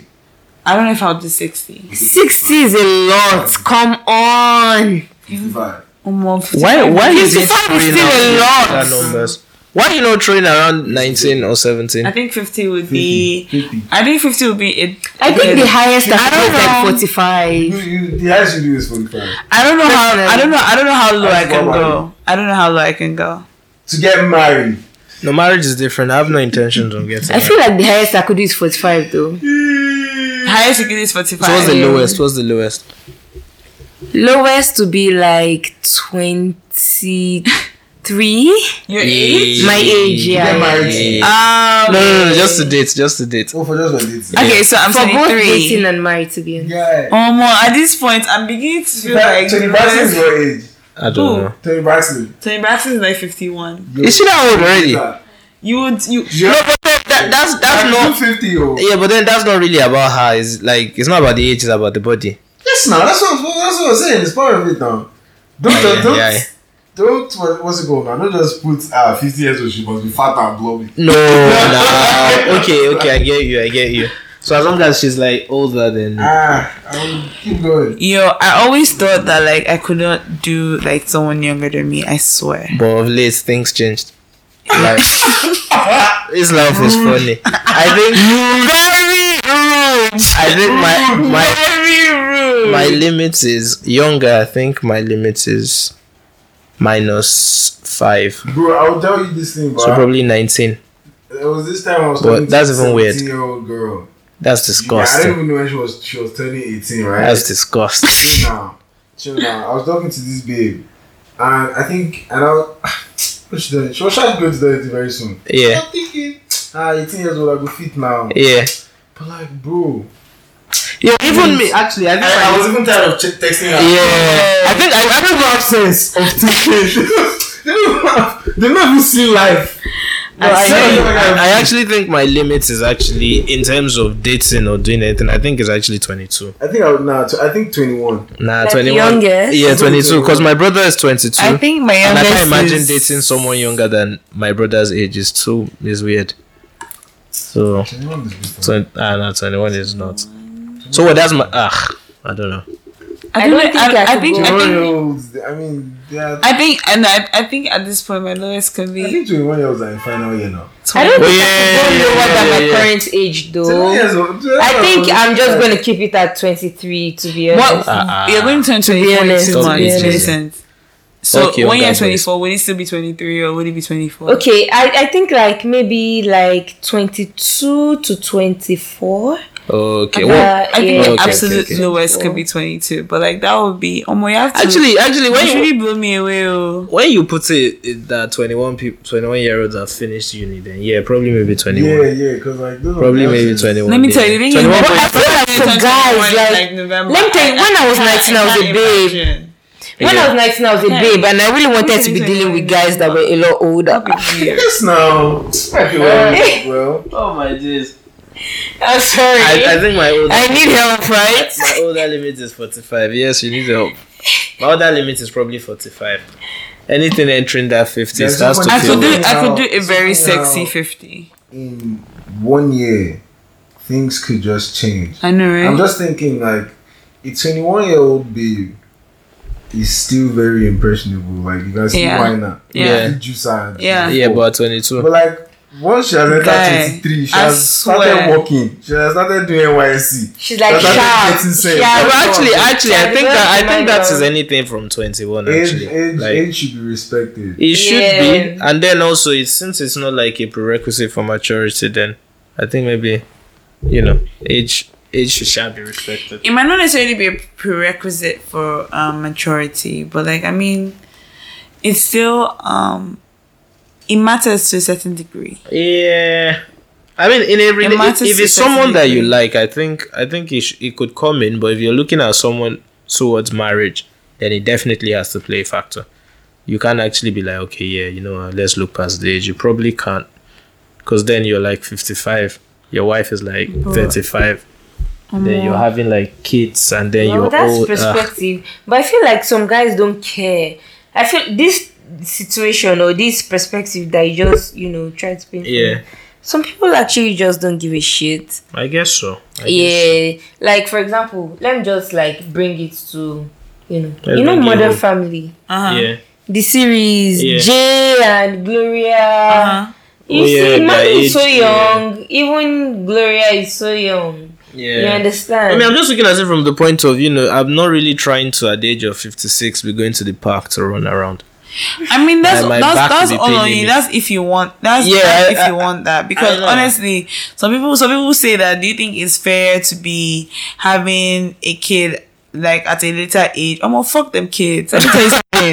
S2: I don't know if I'll do sixty.
S3: Sixty is a lot. Come on.
S2: Mm-hmm.
S4: 55.
S2: Why?
S1: Why why you
S3: Fifty
S1: just
S3: five is
S1: throwing
S3: still a
S1: out
S3: lot.
S1: that numbers? Why you not throwing around nineteen or seventeen?
S2: I think fifty would be.
S4: 50.
S2: I think fifty would be it.
S3: I think the highest I
S2: I don't
S3: is like
S2: know.
S3: forty-five.
S4: You, you, the highest you do is 45.
S2: I don't know how. I don't know. I don't know how low I
S4: That's
S2: can
S4: what I-
S2: go. I don't know how low I can go.
S4: To get married.
S1: No, marriage is different. I have no intentions of getting.
S3: I feel like the highest I could do is 45 though.
S2: Highest you can do is forty
S1: married. so what's
S2: five.
S1: the lowest? What's the lowest?
S3: Lowest to be like 23.
S2: Your age?
S3: My age, yeah.
S4: Get married.
S1: Yeah.
S2: Um.
S1: No, no, no, just the date, just the date.
S4: Oh, for just one date.
S2: Okay, so I'm
S3: For both
S2: 23.
S3: dating and married to be honest.
S4: Yeah.
S2: Oh more at this point, I'm beginning to feel
S4: Like,
S2: like
S4: Tony Braxton is
S2: Tony
S4: your age.
S1: I don't
S2: Who?
S1: know.
S4: Tony Braxton.
S2: Braxton is like 51.
S1: Is she that old already?
S2: You would you
S4: Yeah.
S1: No, but that, that- that's that's not.
S4: 50 yo.
S1: Yeah, but then that's not really about her. It's like it's not about the age. It's about the body.
S4: Yes, now that's what that's what I'm saying. It's part of it now. Don't
S1: Aye,
S4: don't
S1: aye,
S4: don't,
S1: aye.
S4: don't what, what's it called now? Don't just put uh, 50 years old. She must be fat and blobby.
S1: No, nah. Okay, okay, I get you. I get you. So as long as she's like older than.
S4: Ah, I will keep going.
S2: Yo, I always thought that like I could not do like someone younger than me, I swear.
S1: But of late, things changed. Like, this life is funny. I think. I think my my my limit is younger. I think my limit is minus five,
S4: Bro, I will tell you this thing, bro.
S1: so probably nineteen.
S4: It was this time I was
S1: But
S4: talking
S1: that's
S4: to a
S1: even weird.
S4: 17 year old girl.
S1: That's
S4: Yeah, I
S1: disgusting.
S4: don't even know when she was she was turning 18, right?
S1: That's disgusting.
S4: chill now, chill now. I was talking to this babe, and I think and I was, *sighs* what she done? She was trying to go to the very soon.
S1: Yeah,
S4: I'm thinking, ah, 18 years old, I go fit now.
S1: yeah.
S4: But like, bro,
S1: Yeah, even me. Actually, I think
S4: I, I was even tired of ch- texting her. *laughs*
S1: Yeah,
S4: I think I, I don't have sense of thinking. they don't have, they don't even see life.
S1: No,
S2: And
S1: I,
S3: *laughs*
S2: so-
S1: think- I, I actually think my limit is actually in terms of dating or doing anything. I think it's actually twenty two.
S4: I think I would nah, t- I think 21.
S1: Nah,
S3: Like
S1: twenty one.
S3: youngest?
S1: Yeah, twenty two. Because my brother is twenty two.
S2: I think my
S1: and I
S2: youngest
S1: can't imagine
S2: is-
S1: dating someone younger than my brother's age is too is weird. So,
S4: 21 is different.
S1: so ah, no, twenty one is not. So what? That's my ah. I don't know.
S2: I
S3: I
S2: don't
S3: don't
S2: think.
S3: think
S2: I,
S3: I
S2: I
S3: could
S2: think.
S3: do
S2: I
S4: 21 year
S2: think.
S4: olds, I mean, they are,
S2: I think. And I, I think at this point, my lowest can
S4: I
S2: be.
S4: think 21 year olds are in final year now.
S3: I don't
S1: Oh,
S3: think
S1: yeah,
S3: I could go
S1: yeah,
S3: lower than
S1: yeah,
S3: my
S1: yeah.
S3: current age
S2: Oh.
S4: 21
S3: though.
S4: years old.
S3: I think I'm just gonna keep it at 23 to be honest.
S2: What
S1: Ah, ah.
S2: you're going to turn 24 in
S3: honest,
S2: two
S1: to be
S2: months,
S1: honest.
S2: Jason. So
S1: Okay,
S2: when
S1: okay,
S2: you're
S1: okay.
S2: 24, will it still be 23 or will it be 24?
S3: Okay, I, I think like maybe like 22 to 24.
S1: Okay.
S3: Uh,
S1: Well,
S2: I think
S3: yeah.
S2: the
S1: Okay,
S2: absolute
S1: okay, okay.
S2: lowest could be 22, but like that would be. Oh my, you have to.
S1: actually, actually,
S2: you
S1: when you,
S2: really blew me away. Oh.
S1: when you put it it- that 21 people 21 year olds have finished uni then yeah probably maybe 21
S4: Yeah, yeah, because like those are
S1: probably
S4: the
S1: maybe
S4: options.
S1: 21
S2: Let me
S1: yeah.
S2: tell you, the thing is,
S1: 21
S2: when
S1: point-
S2: I feel like I turned
S3: guys,
S2: 21 in,
S3: like,
S2: November,
S3: let me tell you, when I was 19, I was a
S2: can't
S3: babe.
S2: imagine.
S3: When I was 19, I was a
S2: Yeah.
S3: babe, and I really wanted to be
S2: Yeah.
S3: dealing with guys that were a lot older.
S2: That'd be
S1: *laughs*
S2: weird.
S4: Yes, now.
S2: *laughs*
S4: Okay, well, well,
S1: oh my days
S3: I'm sorry.
S1: I, I
S3: I,
S1: think my older
S3: need help, right?
S1: *laughs* my older limit is 45 yes you need help my older limit is probably 45 anything entering that 50
S4: There's
S1: starts
S4: no
S1: to
S2: I
S4: one-
S1: feel
S2: could do.
S1: weird.
S2: I could do a very
S4: Somehow-
S2: sexy 50.
S4: in one year, things could just change.
S2: I know, right?
S4: I'm just thinking, like, a 21 year old babe is still very impressionable. Like, you guys see
S2: Yeah.
S4: why not?
S2: Yeah.
S4: You juice her.
S2: Yeah.
S1: yeah
S4: before.
S1: but at 22
S4: But like once she has entered
S2: Guy,
S4: 23, she
S2: I
S4: has
S2: swear.
S4: started working. She has started doing NYC.
S3: She's like,
S4: That's how
S3: sharp.
S4: it's insane.
S1: but
S4: That's
S3: sharp.
S1: actually
S4: Yeah.
S1: actually I think that I think that is
S3: Yeah.
S1: anything from 21
S4: Age,
S1: actually
S4: age,
S1: like
S4: age should be respected.
S1: It should be,
S3: Yeah.
S1: and then also, it, since it's not like a prerequisite for maturity, then I think maybe, you know, age age should shall be respected.
S2: it might not necessarily be a prerequisite for um, maturity, but like I mean, it's still um, it matters to a certain degree.
S1: Yeah, I mean, in every
S2: It
S1: if,
S2: matters
S1: if
S2: to
S1: it's someone that you
S2: sensitivity.
S1: like, I think I think it, sh- it could come in. But if you're looking at someone towards marriage, then it definitely has to play a factor. You can't actually be like, okay, yeah, you know, uh, let's look past the age. You probably can't, because then you're like 55. Your wife is like 35. then you're having like kids and then
S3: Well,
S1: you're
S3: that's
S1: old. ah.
S3: perspective. But I feel like some guys don't care. I feel this situation or this perspective that you just, you know, try to paint. for
S1: yeah,
S3: me, Some people actually just don't give a shit.
S1: I guess so. I guess so.
S3: yeah like for example let me just like bring it to you know
S1: Let's
S3: you know
S1: bring it
S3: modern
S1: home.
S3: family
S2: Uh-huh.
S1: yeah.
S3: the series
S1: Yeah.
S3: jay and gloria
S2: Uh-huh.
S3: you
S1: Oh, yeah,
S3: see
S1: their
S3: man is so
S1: age, yeah.
S3: young even gloria is so young
S1: yeah.
S3: you
S1: I
S3: understand
S1: mean, I'm just looking at it from the point of you know, I'm not really trying to at the age of 56 be going to the park to run around.
S2: I mean that's
S1: And my
S2: that's
S1: back
S2: that's
S1: will be
S2: all on
S1: paining
S2: you.
S1: me.
S2: That's if you want. That's
S1: Yeah,
S2: that's
S1: I-
S2: if
S1: I-
S2: you want that. Because
S1: know.
S2: honestly, some people some people say that. Do you think it's fair to be having a kid? Like at a later age, I'm gonna fuck them kids. Let me tell you
S1: *laughs*
S2: something.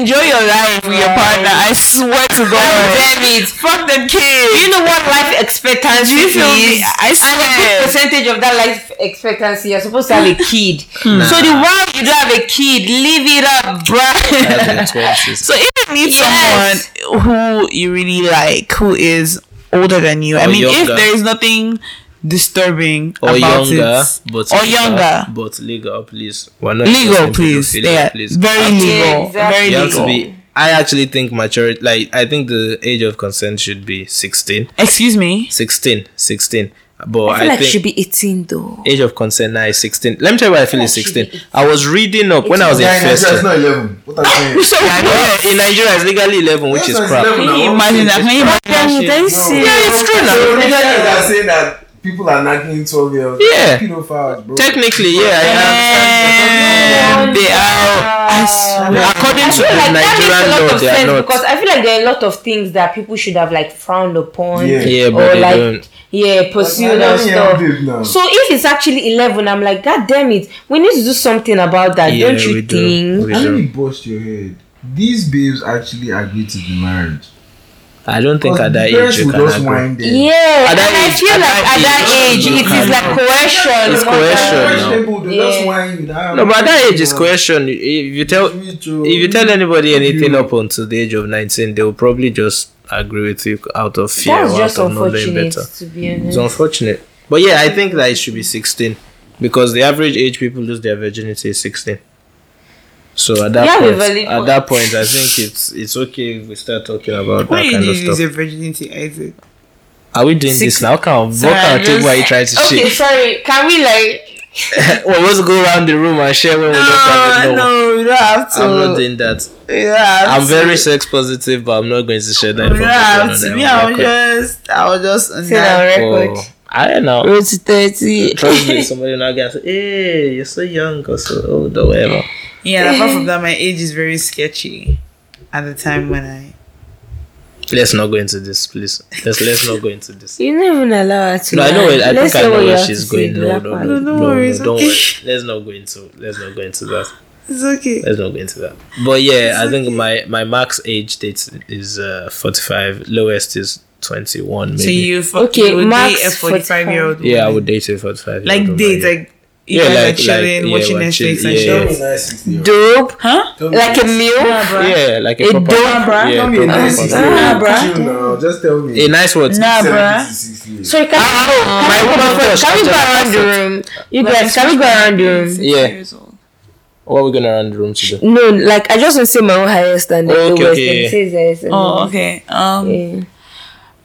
S2: Enjoy your life with your partner. I swear to God.
S3: damn it
S2: fuck them kids.
S3: you know what life expectancy
S2: Do you feel me?
S3: is
S2: I
S3: and a good
S2: swear.
S3: percentage of that life expectancy you're supposed to have a kid *laughs*
S2: Hmm.
S3: so the while you don't have a kid leave it up
S2: *laughs*
S3: *laughs* bruh
S1: That's the 20s.
S2: So if you meet
S3: Yes.
S2: someone who you really like, who is older than you, I
S1: Or
S2: mean, if
S1: younger.
S2: there is nothing disturbing
S1: or
S2: about
S1: younger,
S2: it,
S1: but
S2: or
S1: legal,
S2: younger.
S1: but legal, please. We're not
S2: legal,
S1: endorsing
S2: please,
S1: pedophilia,
S2: yeah,
S1: please.
S2: very
S3: Yeah,
S2: legal,
S3: exactly.
S2: very
S1: You have
S2: legal.
S1: to be. I actually think maturity, like I think the age of consent should be 16,
S2: Excuse me.
S1: 16, 16. But
S3: i feel like
S1: think
S3: she'll be 18 though
S1: age of consent now is 16 let me tell you why i feel it's
S3: Oh, should
S1: 16
S3: be
S1: i was reading up when i was in
S4: Yeah,
S1: first
S4: it's
S1: year.
S4: not 11. What are you
S1: *laughs*
S4: saying?
S2: So
S1: Yeah, in nigeria it's legally 11 which is
S4: Yes, it's
S1: crap
S4: 11
S2: can
S4: now.
S2: you imagine that? Can you
S3: Damn,
S2: imagine that
S3: they
S2: shit?
S3: say-
S1: yeah it's true
S4: So
S1: now
S4: niggas that are saying that people are knocking 12 year olds.
S1: Yeah.
S4: Pedophiles, bro.
S1: technically yeah i
S2: Man,
S1: understand they are
S2: I swear.
S1: according
S3: I
S1: to
S3: feel
S1: the
S3: like that makes a
S1: nigerian
S3: lot
S1: law
S3: of
S1: they are
S3: sense
S1: not
S3: because I feel like there are a lot of things that people should have like frowned upon
S4: Yeah.
S1: yeah
S3: or
S1: but they
S3: like
S1: don't
S3: yeah pursued and
S4: 11 year old
S3: stuff.
S4: babe now.
S3: So if it's actually eleven, I'm like, God damn it, we need to do something about that,
S1: yeah
S3: don't you
S1: we
S3: think?
S1: do we
S4: I let
S1: do
S4: me bust your head. These babes actually agree to the marriage.
S1: i don't think at
S4: Because
S1: that
S4: the parents
S1: age you
S4: will
S1: can
S4: just
S1: agree
S4: wind them.
S3: Yeah,
S1: At
S3: and
S1: that
S3: I
S1: age-
S3: feel
S1: at
S3: like
S1: that
S3: at that
S1: age,
S3: age,
S1: you
S3: it is
S1: can-
S3: like coercion.
S1: It's
S3: more
S1: coercion now.
S3: than- Yeah.
S1: no but at that age is question if you tell
S4: If oh.
S1: if you tell anybody anything up until the age of 19 they will probably just agree with you out of fear
S3: That's
S1: or
S3: just
S1: out of not knowing
S3: unfortunate,
S1: better.
S3: to be honest.
S1: It's unfortunate. But yeah, I think that it should be 16 because the average age people lose their virginity is 16. So at that
S3: Yeah, we
S1: point,
S3: valid
S1: at
S3: point.
S1: that point, I think it's it's okay if we start talking about that
S2: Why did
S1: kind
S2: you
S1: of
S2: lose
S1: stuff.
S2: your virginity, Isaac?
S1: Are we doing this
S2: 16
S1: now? What kind of, what
S2: Sorry,
S1: kind of
S2: I'm
S1: thing were you
S2: just-
S1: trying to
S3: Okay,
S1: share?
S3: sorry. Can we like?
S1: *laughs* well, let's go around the room and share when we don't have
S2: No,
S1: it. No,
S2: Ah, no, you don't have to.
S1: I'm not doing that.
S2: You don't have
S1: I'm
S2: to.
S1: very sex positive, but I'm not going to share that
S2: You don't have
S1: information.
S2: to.
S1: on
S2: Me,
S1: our
S2: I was
S1: record.
S2: just, I was just on
S3: Say that
S2: that.
S3: on record.
S1: Oh, I don't
S2: *laughs*
S1: know.
S2: Road to thirty.
S1: Trust me, somebody will now gonna say, "Hey, you're so young Oh, or so old or whatever."
S2: Yeah, apart from that, my age is very sketchy. At the time when I
S1: Let's not go into this, please. Let's let's not go into this.
S3: You never even allow her to.
S1: No, I know. it. I
S3: Let's
S1: think I
S3: know
S1: know
S3: what you
S1: where
S3: have
S1: she's
S3: to say,
S1: going.
S3: the
S1: No,
S3: black
S1: no,
S3: one.
S1: no,
S2: No, no
S1: no,
S2: worries,
S1: no. Don't
S2: okay.
S1: worry. Let's not go into. Let's not go into that.
S2: it's okay.
S1: Let's not go into that. But yeah, I think my my max age date is uh forty five. Lowest is twenty one. Maybe.
S2: So you fuck
S3: Okay,
S2: okay, you would
S3: max
S2: date a forty-five year old.
S1: yeah, I would date a forty five.
S2: like date like you
S1: Yeah,
S2: guys
S1: like-
S2: are chilling,
S1: like, yeah,
S2: watching
S1: we're
S2: Netflix
S1: chill-
S2: and
S1: yeah,
S2: shit.
S1: yeah.
S3: Dope,
S2: Huh?
S3: like a meal.
S1: yeah, like a
S3: A
S1: proper,
S3: dope, bruh.
S1: yeah,
S4: Don't be a
S1: proper
S4: nice
S1: person.
S3: Nah, bruh.
S4: Chill now, just tell me.
S1: a nice word.
S2: Nah, bruh.
S4: 70 to 60.
S3: So you can,
S1: Ah, my
S3: can, we
S1: woman
S3: go-
S1: crush,
S3: can we go
S1: Angela
S3: around the room? You guys, can we go around the room?
S1: Yeah. What are we gonna run the room to do?
S3: No, like I just want to say my own highest and
S1: Okay,
S3: the lowest.
S1: okay, yeah.
S3: and say there is a
S2: Oh,
S3: limit.
S2: okay. Um,
S3: Yeah.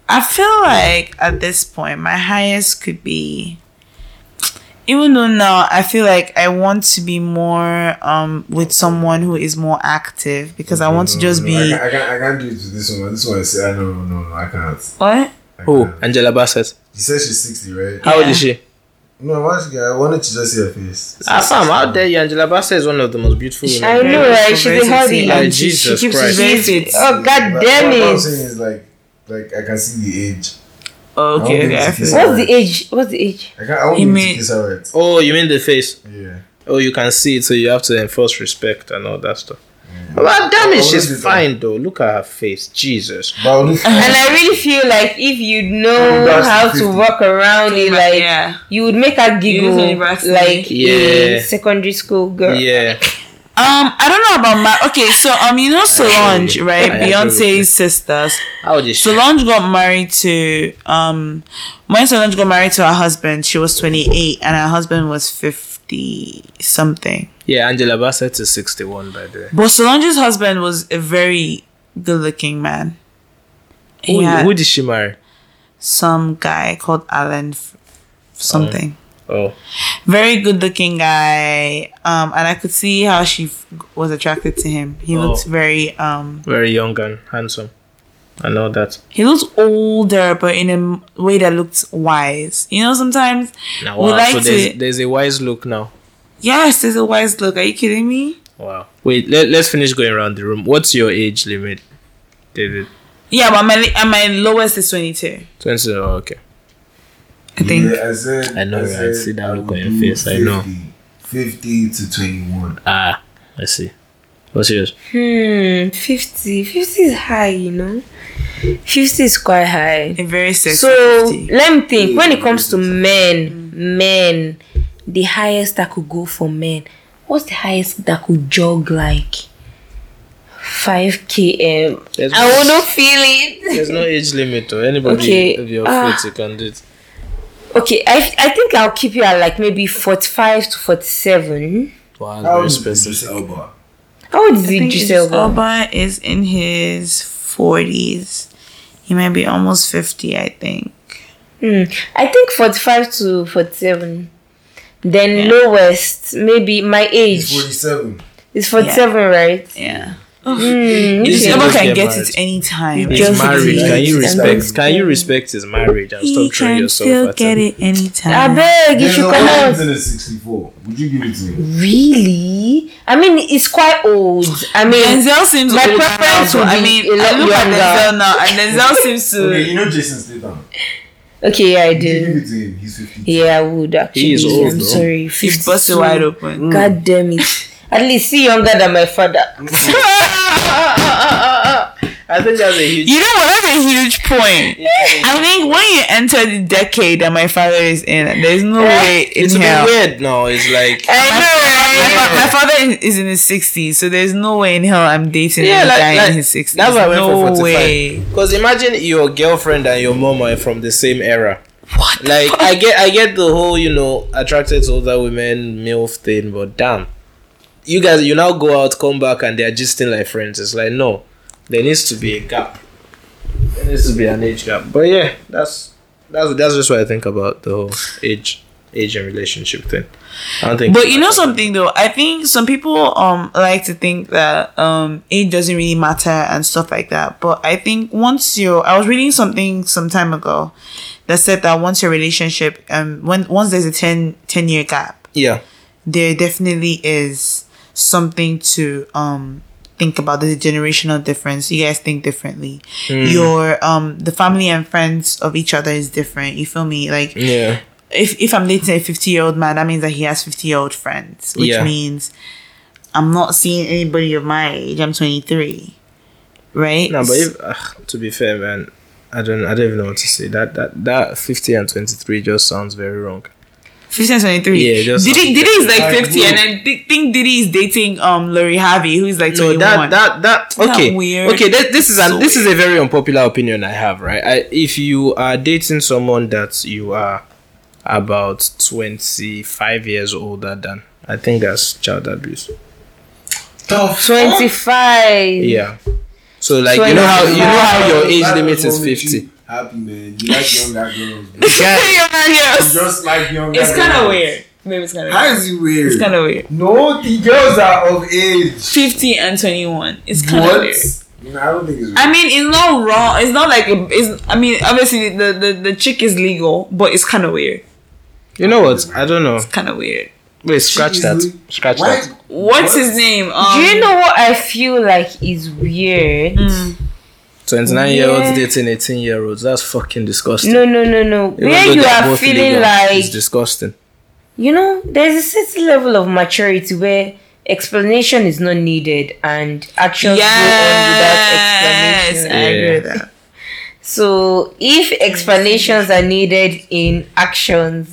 S2: I feel like at this point, my highest could be. Even though now I feel like I want to be more um with someone who is more active because I want to just
S4: No,
S2: be
S4: I can't, I can't, I can't do it to this one. This one is. I no, no, no, I can't.
S2: what?
S4: I
S1: Who?
S4: can't.
S1: Angela Bassett.
S4: You said she's 60, right?
S1: How old is
S2: Yeah.
S1: she?
S4: No, I wanted, I wanted to just see her face.
S1: Ah, fam, out there, Angela Bassett is one of the most beautiful women.
S3: I know, right? She's a
S2: Very
S3: hobby.
S2: sexy.
S1: Oh,
S3: and she-
S1: Jesus
S3: she keeps
S1: Christ.
S3: it
S2: Very
S3: busy.
S2: sexy.
S3: Oh, god
S4: Like,
S3: damn
S4: What I'm
S3: it.
S4: saying is like, like I can see the age.
S2: Oh, Okay,
S4: think
S2: okay. I
S4: it's
S2: feel
S4: this.
S3: What's the age? What's the age?
S4: I can't. I won't
S2: You
S4: be able
S2: mean-
S4: to kiss her right.
S1: Oh, you mean the face?
S4: Yeah.
S1: Oh, you can see it, so you have to enforce respect and all that stuff.
S2: Mm.
S1: But damn it,
S4: Oh, this
S1: she's
S4: is-
S1: fine though. Look at her face, Jesus.
S4: But only
S3: And I really feel like if you know
S4: That's
S3: how to
S4: 50.
S3: walk around it, like
S2: yeah.
S3: you would make her giggle,
S2: literally brass me.
S3: like
S1: Yeah.
S3: a secondary school girl.
S1: Yeah,
S2: Um, I don't know about my okay. So um, you know Solange, right?
S1: I agree with you.
S2: Beyonce's sisters.
S1: how old is she?
S2: Solange got married to um when Solange got married to her husband, she was twenty eight and her husband was fifty something.
S1: Yeah, Angela Bassett is sixty-one by the way.
S2: But Solange's husband was a very good looking man. He
S1: Who,
S2: had
S1: who did she marry?
S2: some guy called Alan F- something.
S1: Oh,
S2: Very good looking guy. Um and I could see how she f- was attracted to him. He
S1: Oh.
S2: looked very um
S1: very young and handsome. I know that.
S2: he looked older but in a m- way that looked wise. You know sometimes
S1: Now,
S2: We
S1: wow.
S2: like
S1: so there's,
S2: to-
S1: there's a wise look now.
S2: yes, there's a wise look. Are you kidding me?
S1: Wow. Wait, let, let's finish going around the room. What's your age limit, David?
S2: Yeah, but my and my lowest is twenty two.
S1: Twenty. Oh, okay.
S2: I think.
S4: Yeah, I said.
S1: I know, right?
S4: said
S1: See that
S4: I
S1: look
S4: would
S1: on your
S4: do
S1: face, I know.
S4: 50, Fifty to twenty-one.
S1: Ah, I see. What's yours?
S3: Hmm, 50. 50 is high, you know? 50 is quite high.
S2: A very sexy.
S3: So,
S2: 50.
S3: let me think. When it comes to men,
S2: Mm.
S3: men, the highest that could go for men, what's the highest that could jog like 5 km?
S1: There's
S3: I want to feel it.
S1: There's no age limit or anybody
S3: Okay,
S1: of your
S2: uh,
S3: ah.
S1: foot you can do it.
S3: *laughs* Okay, I, I think I'll keep you at like maybe 45 to 47.
S1: Wow,
S4: How
S1: very
S4: old is this
S1: specific.
S4: Elba?
S3: How old
S2: I
S3: is
S2: think
S3: it,
S2: Idris
S3: Giselle? go?
S2: Elba is in his forties. He might be almost fifty. I think.
S3: Hmm. I think 45 to 47. Then lowest, maybe my
S4: He's
S3: age
S4: forty-seven.
S3: is 47, right?
S2: Yeah.
S3: Hmm.
S1: This
S3: okay.
S1: is-
S2: Someone
S1: just
S2: can
S1: get
S2: get
S1: married.
S2: it anytime.
S1: He's
S3: Just
S1: married.
S3: the
S1: Can you
S4: age.
S1: respect? Can you respect his marriage and
S2: He
S1: stop throwing
S2: can
S1: yourself
S2: still
S1: at
S2: get
S1: him?
S2: it anytime.
S3: I beg, if
S4: There's
S3: you
S4: a woman
S3: cannot.
S4: in the sixty-four. Would you give it to me?
S3: Really? I mean, it's quite old. I mean,
S2: Denzel seems
S3: My
S2: old
S3: preference
S2: now,
S3: would
S2: but I
S3: be
S2: mean,
S3: a lot
S2: I look
S3: younger.
S2: at Denzel now, and Denzel seems
S4: Okay,
S2: to.
S4: you know Jason Statham.
S3: okay, yeah, I
S4: Would you give
S3: do.
S4: it to him? He's fifty.
S3: Yeah, I would actually.
S1: He is old,
S3: I'm
S1: though.
S3: sorry.
S2: He's busted wide open.
S3: God damn it. At least see younger than my father.
S1: I think that's a huge.
S2: You know what? That's a huge point. I think when you enter the decade that my father is in, there's no way in
S1: It's a bit
S2: hell.
S1: weird now. It's like
S3: I know,
S2: fa- my father is in his 60s, so there's no way in hell I'm dating
S1: Yeah,
S2: a
S1: like-
S2: guy
S1: like,
S2: in his 60s.
S1: that's why I went for
S2: no
S1: 45.
S2: way.
S1: Because imagine your girlfriend and your mom are from the same era. What? Like I get, I get the whole you know attracted to older women milf thing, but damn, you guys, you now go out, come back, and they're just still like friends. It's like no, there needs to be a gap. There needs to be an age gap. But yeah, that's that's that's just what I think about the whole age, age and relationship thing. I don't think.
S2: But you know something though, I think some people um like to think that um age doesn't really matter and stuff like that. But I think once you're I was reading something some time ago that said that once your relationship um when once there's a 10, 10 year gap,
S1: Yeah.
S2: there definitely is something to um think about the generational difference you guys think differently
S1: Hmm.
S2: your um the family and friends of each other is different you feel me like
S1: Yeah.
S2: if if I'm dating a 50 year old man, that means that he has 50 year old friends, which
S1: Yeah.
S2: means I'm not seeing anybody of my age. I'm 23, right?
S1: No, but if, ugh, to be fair, man, I don't, I don't even know what to say. That that that fifty and twenty three just sounds very wrong.
S2: 50 and 23.
S1: Yeah, just-
S2: Diddy, Diddy is like
S4: I
S2: 50,
S4: will.
S2: and I thi- think Diddy is dating um Lori Harvey, who's like
S1: No,
S2: 21.
S1: that that that
S2: Isn't that
S1: okay,
S2: weird?
S1: okay. This, this is an
S2: So
S1: this is a very unpopular opinion I have, right? I, if you are dating someone that you are about twenty five years older than, I think that's child abuse.
S2: Oh, *laughs*
S4: Tough.
S3: 25.
S1: Yeah. So like you know how you know how your age
S4: That
S1: limit
S4: was
S1: is
S4: what made
S1: fifty.
S4: you Happy man, you like younger girls. bro.
S1: Guys,
S2: Your man here.
S4: You just like younger.
S2: It's kind of
S4: girls.
S2: weird. Maybe it's kind of
S4: How
S2: weird.
S4: is it weird?
S2: It's kind of weird.
S4: no, the girls are of age.
S2: 50 and 21. It's kind of
S4: What?
S2: weird.
S4: No, I don't think it's. Weird.
S2: I mean, it's not wrong. It's not like it- it's. I mean, obviously the the, the chick is legal, but it's kind of weird.
S1: you know what? I don't know.
S2: Kind of weird.
S1: Wait, scratch
S4: She's
S1: that.
S4: really-
S1: Scratch
S4: Why-
S1: that.
S2: What's
S4: What?
S2: his name? Um,
S3: Do you know what I feel like is weird?
S2: Hmm.
S1: Twenty nine year olds
S3: Yeah.
S1: dating eighteen year olds. That's fucking disgusting.
S3: No, no, no, no.
S1: Even
S3: Where
S1: though
S3: you
S1: they're
S3: are
S1: both
S3: feeling
S1: illegal,
S3: like
S1: it's disgusting.
S3: you know, there's a certain level of maturity where explanation is not needed and actions
S2: Yes,
S3: go on without
S2: I
S3: explanation.
S2: agree
S1: Yeah.
S2: with that.
S3: So if explanations are needed in actions,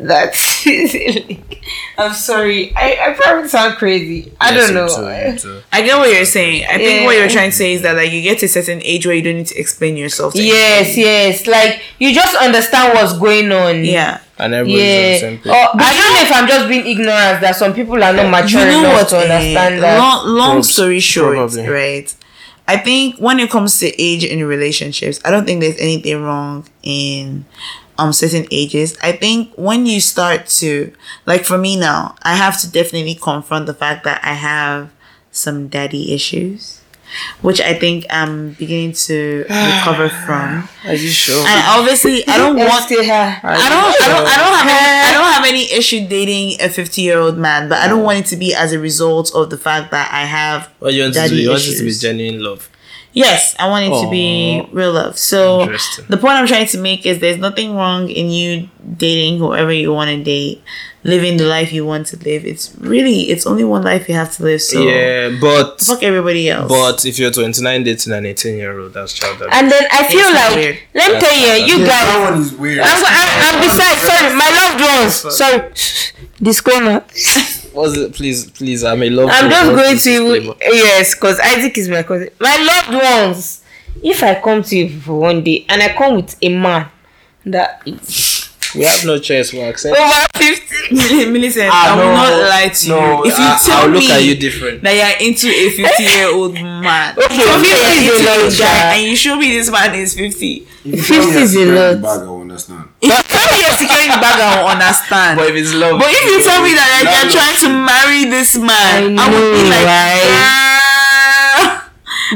S3: that's *laughs* I'm sorry. I, I probably sound crazy. I
S1: Yes,
S3: don't
S1: you
S3: know.
S2: Eh.
S1: too, you too.
S2: I get what you're saying. I think what
S3: Yeah.
S2: you're trying to say is that like you get to a certain age where you don't need to explain yourself. To
S3: Yes, yes. Like you just understand what's going on.
S2: anybody. yeah. Oh,
S1: And everybody's on the
S3: Yeah.
S1: same
S3: Or,
S1: page.
S3: I don't know if I'm just being ignorant that some people are not mature
S2: you know
S3: enough
S2: what?
S3: to understand
S2: eh,
S3: that.
S2: Long, long
S1: Probs-
S2: story short,
S1: probably.
S2: right? I think when it comes to age in relationships, I don't think there's anything wrong in um certain ages. I think when you start to like for me now, I have to definitely confront the fact that I have some daddy issues, which I think I'm beginning to recover from.
S1: Are you sure?
S2: And obviously, I
S3: *laughs*
S2: don't
S3: Yes,
S2: want
S3: they have.
S2: I don't, I don't, I don't have, any, I don't have any issue dating a fifty-year-old man, but I don't want it to be as a result of the fact that I have.
S1: What you want to do?
S2: Daddy
S1: You want it to be
S2: issues.
S1: genuine love.
S2: Yes, I want it to be real love. So
S1: Interesting.
S2: the point I'm trying to make is there's nothing wrong in you dating whoever you want to date, living the life you want to live. It's really, it's only one life you have to live. So
S1: yeah, but
S2: fuck everybody else. *laughs*
S1: but if you're 29 dating an 18 year old, that's child abuse.
S3: And then I feel
S2: It's not
S3: like,
S2: weird.
S3: let me
S1: That's
S3: tell you,
S1: not
S3: you
S4: Yeah,
S3: guys.
S4: that one is weird.
S3: I'm, I'm, I'm besides, sorry, my loved ones. Sorry,
S1: *laughs*
S3: disclaimer.
S1: Was it? Please, please, I'm a love.
S3: I'm
S1: love
S3: just
S1: this
S3: going to
S1: disclaimer.
S3: yes, because Isaac is my cousin. My loved ones. If I come to you for one day and I come with a man that is
S1: We have no choice. We accept.
S3: over
S2: *laughs*
S3: fifty,
S2: Millicent,
S1: Ah,
S2: I will
S1: no,
S2: not lie to
S1: no,
S2: you. If you
S1: I-
S2: tell
S1: I'll
S2: me
S1: look at you different.
S2: that you're into a 50 year old man,
S3: Okay,
S2: If you're into
S3: 50
S2: a
S3: is a lot,
S2: guy
S3: yeah.
S2: and you show me this man is 50,
S4: If you tell me
S3: Fifty is
S4: you're
S3: a lot.
S4: security bag, I will understand.
S2: if you tell me you're securing the bag, I will understand.
S1: But if it's love,
S2: But if you tell me that like,
S4: That
S2: you're trying
S4: looks-
S2: to marry this man, I,
S3: I
S2: would be
S3: know,
S2: like,
S3: right?
S2: "Ah."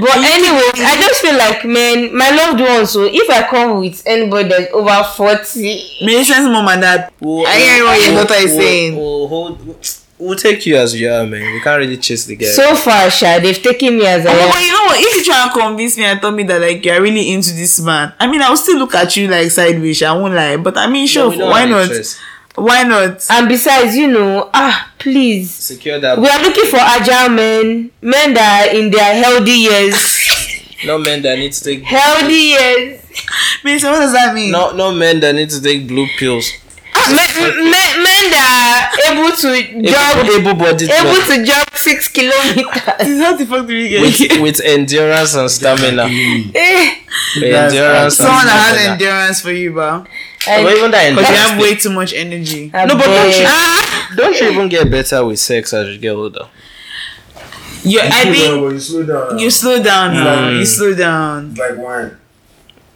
S3: But anyway, I just feel like, man, my loved ones. So if I come with anybody that's over forty,
S2: Millicent's mom and dad.
S1: we'll,
S2: I hear what your daughter is
S1: we'll-
S2: saying.
S1: We'll, hold. We'll take you as you are, man. We can't really chase the guy.
S3: so far, Sha, they've taken me as I
S2: Oh,
S3: am.
S2: but you know what? If you try and convince me and tell me that like you're really into this man, I mean, I will still look at you like sideways. I won't lie, but I mean,
S1: No,
S2: sure,
S1: we don't
S2: why
S1: have any
S2: not?
S1: choice.
S2: Why not?
S3: And besides, you know, ah, please.
S1: Secure that.
S3: We are looking for agile men, men that are in their healthy years.
S1: no men that need to take.
S3: healthy years.
S2: *laughs* Millicent, what does that mean?
S1: No, no men that need to take blue pills.
S2: men, men, men that are able to jog
S1: able-bodied
S2: able
S1: men
S2: to jog six
S1: *laughs*
S2: kilometers. How the fuck do we get
S1: with, with endurance and stamina.
S2: Eh,
S1: With
S4: That's-
S1: endurance and
S2: someone that has
S1: stamina.
S2: endurance for you, *laughs* bro.
S1: But even that
S2: Because you
S1: endurance
S2: have way too much energy.
S3: I
S1: No, but don't you,
S3: beg.
S2: Ah,
S1: don't you even get better with sex as you get older?
S2: yeah, I
S4: You slow
S2: think
S4: down, but you slow down.
S2: you slow down now.
S4: Mm.
S2: You slow down.
S4: It's like wine.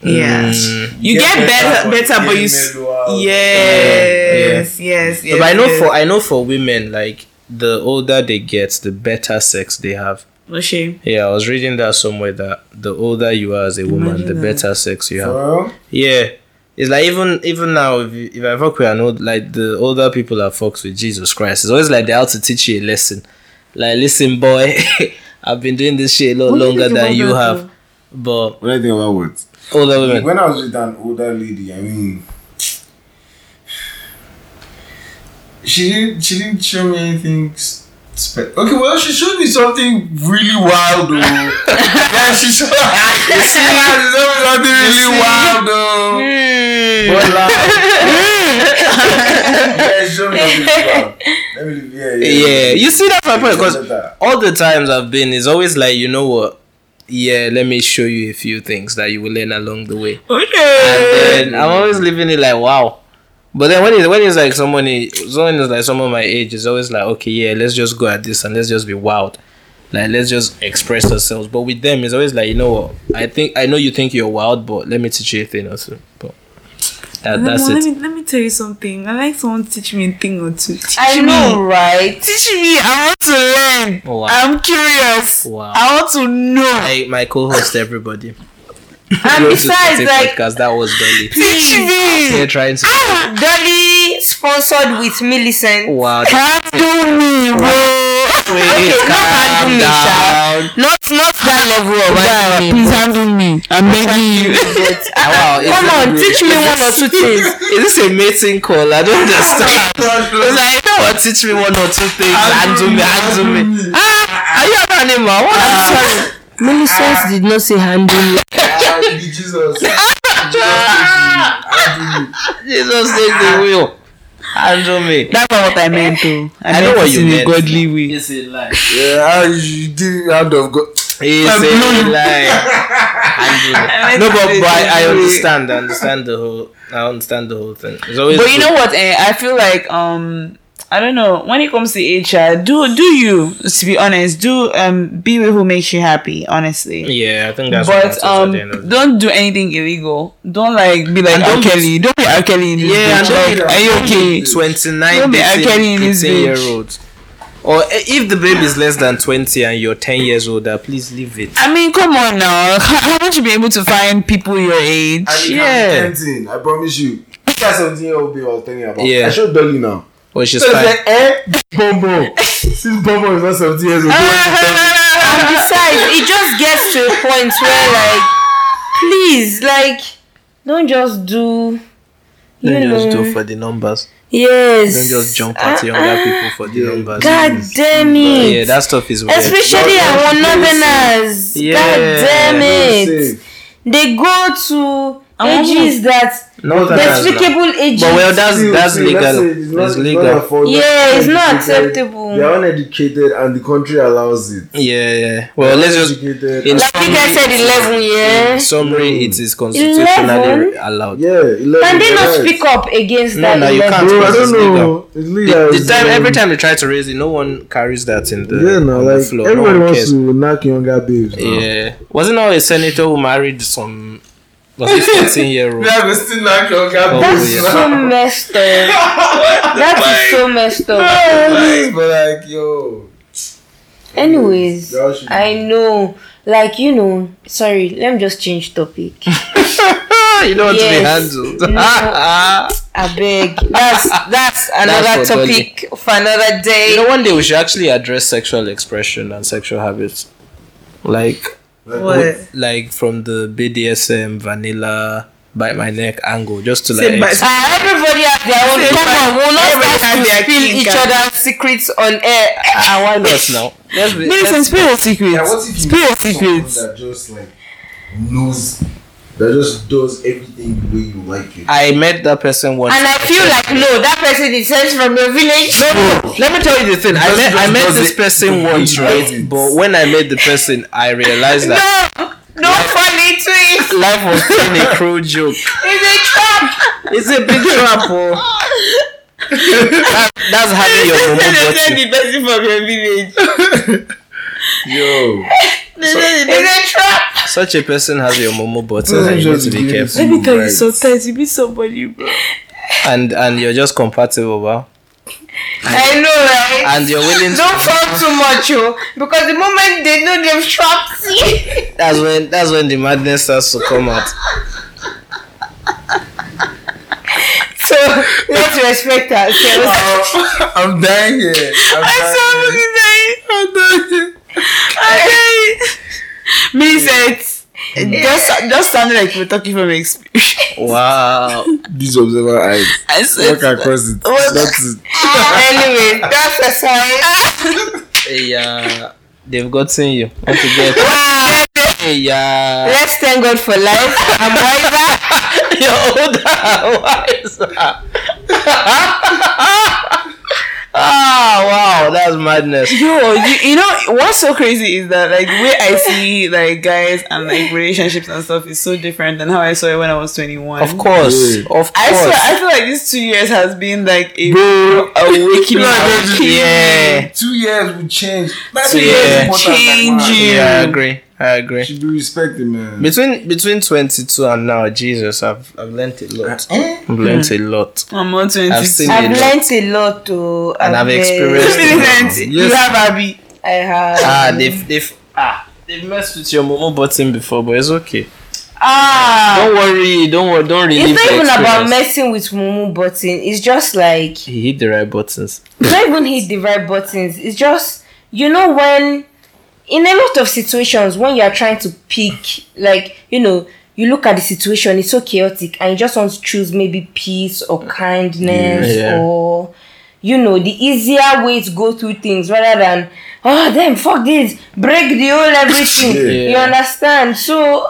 S1: Mm.
S2: Yeah. You
S4: Yeah,
S2: get better,
S4: but
S2: better, but you.
S4: get
S2: s-
S4: mellow out.
S2: Yes, yes, yes.
S1: Oh, but I know
S2: yes.
S1: for I know for women like the older they get, the better sex they have.
S2: no shame.
S1: Yeah, I was reading that somewhere that the older you are as a woman,
S2: Imagine
S1: the
S2: that.
S1: better sex you have.
S4: For real?
S1: Yeah. It's like even even now if, you, if I fuck with an old like the older people that fucks with Jesus Christ, it's always like they're out to teach you a lesson. Like listen boy, *laughs* I've been doing this shit a lot
S2: What do you
S1: longer
S2: think
S1: than
S2: about
S1: you
S2: that,
S1: have. But
S4: What do you think about what?
S1: older women
S4: When I was with an older lady, I mean, she didn't she didn't show me anything. s- Spe- okay, well, she showed me something really
S1: *laughs*
S4: wild, though. yeah, she showed, *laughs* you see, now, she showed me something really wild,
S1: Hmm.
S4: though. But like, yeah, she showed me something really wild. Let me, yeah, yeah,
S1: *laughs* Yeah. You see that's my point because
S4: Because
S1: all the times I've been it's always like, you know what? Yeah, let me show you a few things that you will learn along the way.
S2: Okay.
S1: and then I'm always leaving it like wow. But then when it when it's like someone i- someone is like someone my age is always like okay yeah let's just go at this and let's just be wild, like let's just express ourselves. But with them it's always like you know what I think I know you think you're wild but let me teach you a thing or two. But that, that's
S2: let
S1: it.
S2: me let me tell you something. I like someone to teach me a thing or two. Teach
S3: I know,
S2: Me.
S3: right?
S2: Teach me. I want to learn.
S1: Wow.
S3: Um,
S2: I'm curious.
S1: Wow.
S2: I want to know.
S1: I, my co-host everybody.
S3: And besides, like,
S1: because that was
S3: *laughs*
S1: Dolly.
S2: Teach me.
S1: They're trying to.
S3: Dolly sponsored with Millicent.
S1: Wow.
S2: Handle me, bro.
S1: Wait, calm
S3: handle me, child.
S1: down.
S3: Not not that level of
S2: Guy, please handle me. I'm begging you.
S3: but-
S1: Wow, it's
S3: Come on,
S1: really-
S3: teach me one or
S1: *laughs*
S3: two things.
S1: Is this a mating call? I *laughs* don't understand. It's like, you know what, teach me one or two things. Handle me, handle me. Ah, are you an animal? What? I'm sorry.
S2: Ah.
S3: Millicent did not say handle.
S1: Ah, *laughs*
S4: Ah, Jesus. Jesus, I do.
S1: Jesus take the wheel. Handle me.
S2: That's not what I meant, though. I,
S1: I know
S2: meant
S1: what
S2: it
S1: you
S2: in a
S1: meant.
S2: godly way.
S1: It's a lie.
S4: Yeah, you did out of God.
S1: It's a lie. Handle me.
S2: meant
S1: No,
S2: to
S1: Oh, but,
S2: say
S1: but I, I
S2: handle me.
S1: understand. I understand the whole. I understand the whole thing. It's always
S2: But you know what? Eh, I feel like um. I don't know. When it comes to HR, do do you to be honest? Do um be with who makes you happy, honestly.
S1: Yeah, I think that's. what matters
S2: but
S1: at
S2: um,
S1: the end of the
S2: don't do anything illegal. Don't like be like R.
S1: don't be-
S2: Kelly. Don't be R. Kelly in this
S1: Yeah,
S2: bitch.
S1: and don't
S2: Like,
S1: be-
S2: are you okay?
S1: 29
S2: Don't be Akeni in this bitch.
S1: year old or eh, if the baby is less than 20 and you're 10 years older please leave it
S2: I mean, come on now. *laughs* How would you be able to find people your age?
S4: And
S1: Yeah.
S4: yeah. tempting, I promise you. That's something year old babe I was telling you about.
S1: Yeah.
S4: I showed Dolly now.
S1: or she's
S4: So it's
S1: fine
S4: like, eh,
S1: *laughs*
S4: Bobo. Since Bobo is not 17 years old.
S1: Oh,
S3: Besides, it just gets to a point where, like, please, like, don't just do. You
S1: don't
S3: know.
S1: just do for the numbers
S3: yes.
S1: don't just jump at
S3: Ah,
S1: younger
S3: ah,
S1: people for the
S4: Yeah.
S1: numbers
S3: God damn it.
S1: yeah that stuff is weird
S3: Especially
S4: Not-
S3: our
S4: not
S3: northerners.
S1: Yeah.
S3: God damn it.
S4: Safe.
S3: They go to
S2: want
S3: ages that
S1: no that's not.
S3: despicable ages.
S1: but well that's
S4: Still,
S1: that's
S4: still,
S1: legal
S4: it. It's not-
S1: it's
S4: it's not
S1: legal
S4: affordable.
S3: Yeah, it's not
S4: Uneducated.
S3: acceptable.
S4: They are uneducated and the country allows it.
S1: yeah yeah well
S4: They are
S1: let's just
S4: uneducated.
S1: in
S3: like you guys said, eleven
S1: in
S3: years.
S1: summary
S4: Mm.
S1: it is constitutionally
S3: Eleven?
S1: allowed
S4: Yeah, 11,
S3: Can they not
S4: right.
S3: speak up against
S1: No,
S3: that?
S1: no, you
S3: level?
S1: can't.
S4: Bro, I don't
S1: It's legal.
S4: know. It's legal.
S1: The, the
S4: It's,
S1: time
S4: um,
S1: every time they try to raise it, no one carries that in the,
S4: Yeah, no,
S1: on
S4: like
S1: the floor. No
S4: everybody
S1: one
S4: wants
S1: cares.
S4: to knock younger babes. now.
S1: Yeah, wasn't there a senator who married some was
S3: *laughs*
S1: it fourteen year old? *laughs*
S4: go still knock younger
S1: Oh,
S3: That's
S1: yeah.
S3: so messed up. that is so messed up.
S4: Like, but like, yo,
S3: Anyways,
S4: Y'all should-
S3: I know. Like you know, sorry. Let me just change
S1: *laughs*
S3: topic.
S1: you know what
S3: Yes.
S1: to be handled. *laughs* Ah,
S3: No. I beg. That's that's another
S1: for
S3: topic for another day.
S1: you know, one day we should actually address sexual expression and sexual habits, like
S4: like,
S2: *laughs* What?
S1: like from the BDSM vanilla bite my neck angle, just to like
S2: Say,
S1: ex-
S2: but-
S3: Ah, everybody has their own.
S2: Say,
S3: Come
S2: but-
S3: on, we'll not
S2: everybody
S3: start to
S2: has their
S3: spill
S2: kink
S3: each
S2: and-
S3: other's secrets on air.
S1: *laughs* ah, why *laughs* not now? Let's be-
S2: Listen,
S1: let's-
S2: spirit secrets.
S4: Yeah, what if you
S2: spirit
S4: meet someone
S2: secrets.
S4: that just like knows that just does everything the way you like it.
S1: I met that person once.
S3: And I feel like no, that person is sent from your village.
S1: No, no, let me tell you the thing. I
S4: Just-
S1: met I
S4: just
S1: met
S4: does
S1: this
S4: it
S1: person
S4: the way
S1: once,
S4: you
S1: right?
S4: want.
S1: But when I met the person, I realized *laughs* that
S3: No, no funny twist.
S1: life was playing a cruel joke.
S3: It's a *laughs* trap.
S1: It's a big trap, oh. *laughs* that, that's having your
S2: They
S1: momo
S2: said
S1: got you.
S2: the person from your village.
S4: Yo,
S2: They said the person-
S3: It's a trap.
S1: Such a person has your momo buttons, and you need to be careful.
S2: Let me tell you, sometimes you meet somebody, bro.
S1: And and you're just compatible, wow.
S3: I know, right?
S1: And you're willing. To,
S3: Don't fall too much, oh, because the moment they know they've trapped you, *laughs*
S1: that's when that's when the madness starts to come out.
S3: so let's respect *laughs* ourselves.
S4: *laughs* I'm dying here. *laughs* I'm dying here.
S2: Means that it just just sounded like we're talking from experience. *laughs*
S1: Wow.
S4: These observer eyes
S2: I said- *laughs*
S4: walk across it.
S2: What?
S4: That's it.
S3: anyway, that's aside.
S1: Hey, uh, they've gotten you. Want to get?
S3: Wow.
S1: Hey, yeah.
S3: Let's thank God for life. I'm wiser.
S1: You're older, wiser. *laughs* ah, wow, that's madness.
S2: Yo, you, you know what's so crazy is that like the way I see like guys and like relationships and stuff is so different than how I saw it when I was twenty one.
S1: Of course,
S4: Yeah.
S1: of course.
S2: I feel, I feel like these two years has been like a awakening.
S4: Like,
S2: awakening.
S1: yeah.
S4: Two years would change.
S1: Two years.
S2: Change you.
S1: yeah, I agree. I agree.
S4: Should be respected, man.
S1: Between between twenty two and now, Jesus, I've I've learnt a lot.
S4: Eh?
S1: I've learnt a lot,
S2: I'm not twenty.
S1: I've seen
S3: I've
S1: Yeah.
S3: learnt a lot, oh,
S1: and I've
S3: been-
S1: experienced. a lot.
S2: You
S1: Yes.
S2: have Abby.
S3: I have.
S1: Ah, they've they've ah they've messed with your momo button before, but it's okay.
S3: ah.
S1: Don't worry, don't worry, don't really.
S3: It's not even about messing with Mumu button. It's just like
S1: He hit the right buttons.
S3: not even hit the right buttons. It's just you know when in a lot of situations when you are trying to pick like you know you look at the situation it's so chaotic and you just want to choose maybe peace or kindness
S1: Yeah.
S3: or you know the easier way to go through things rather than oh damn fuck this break the whole everything
S4: Yeah.
S3: you understand so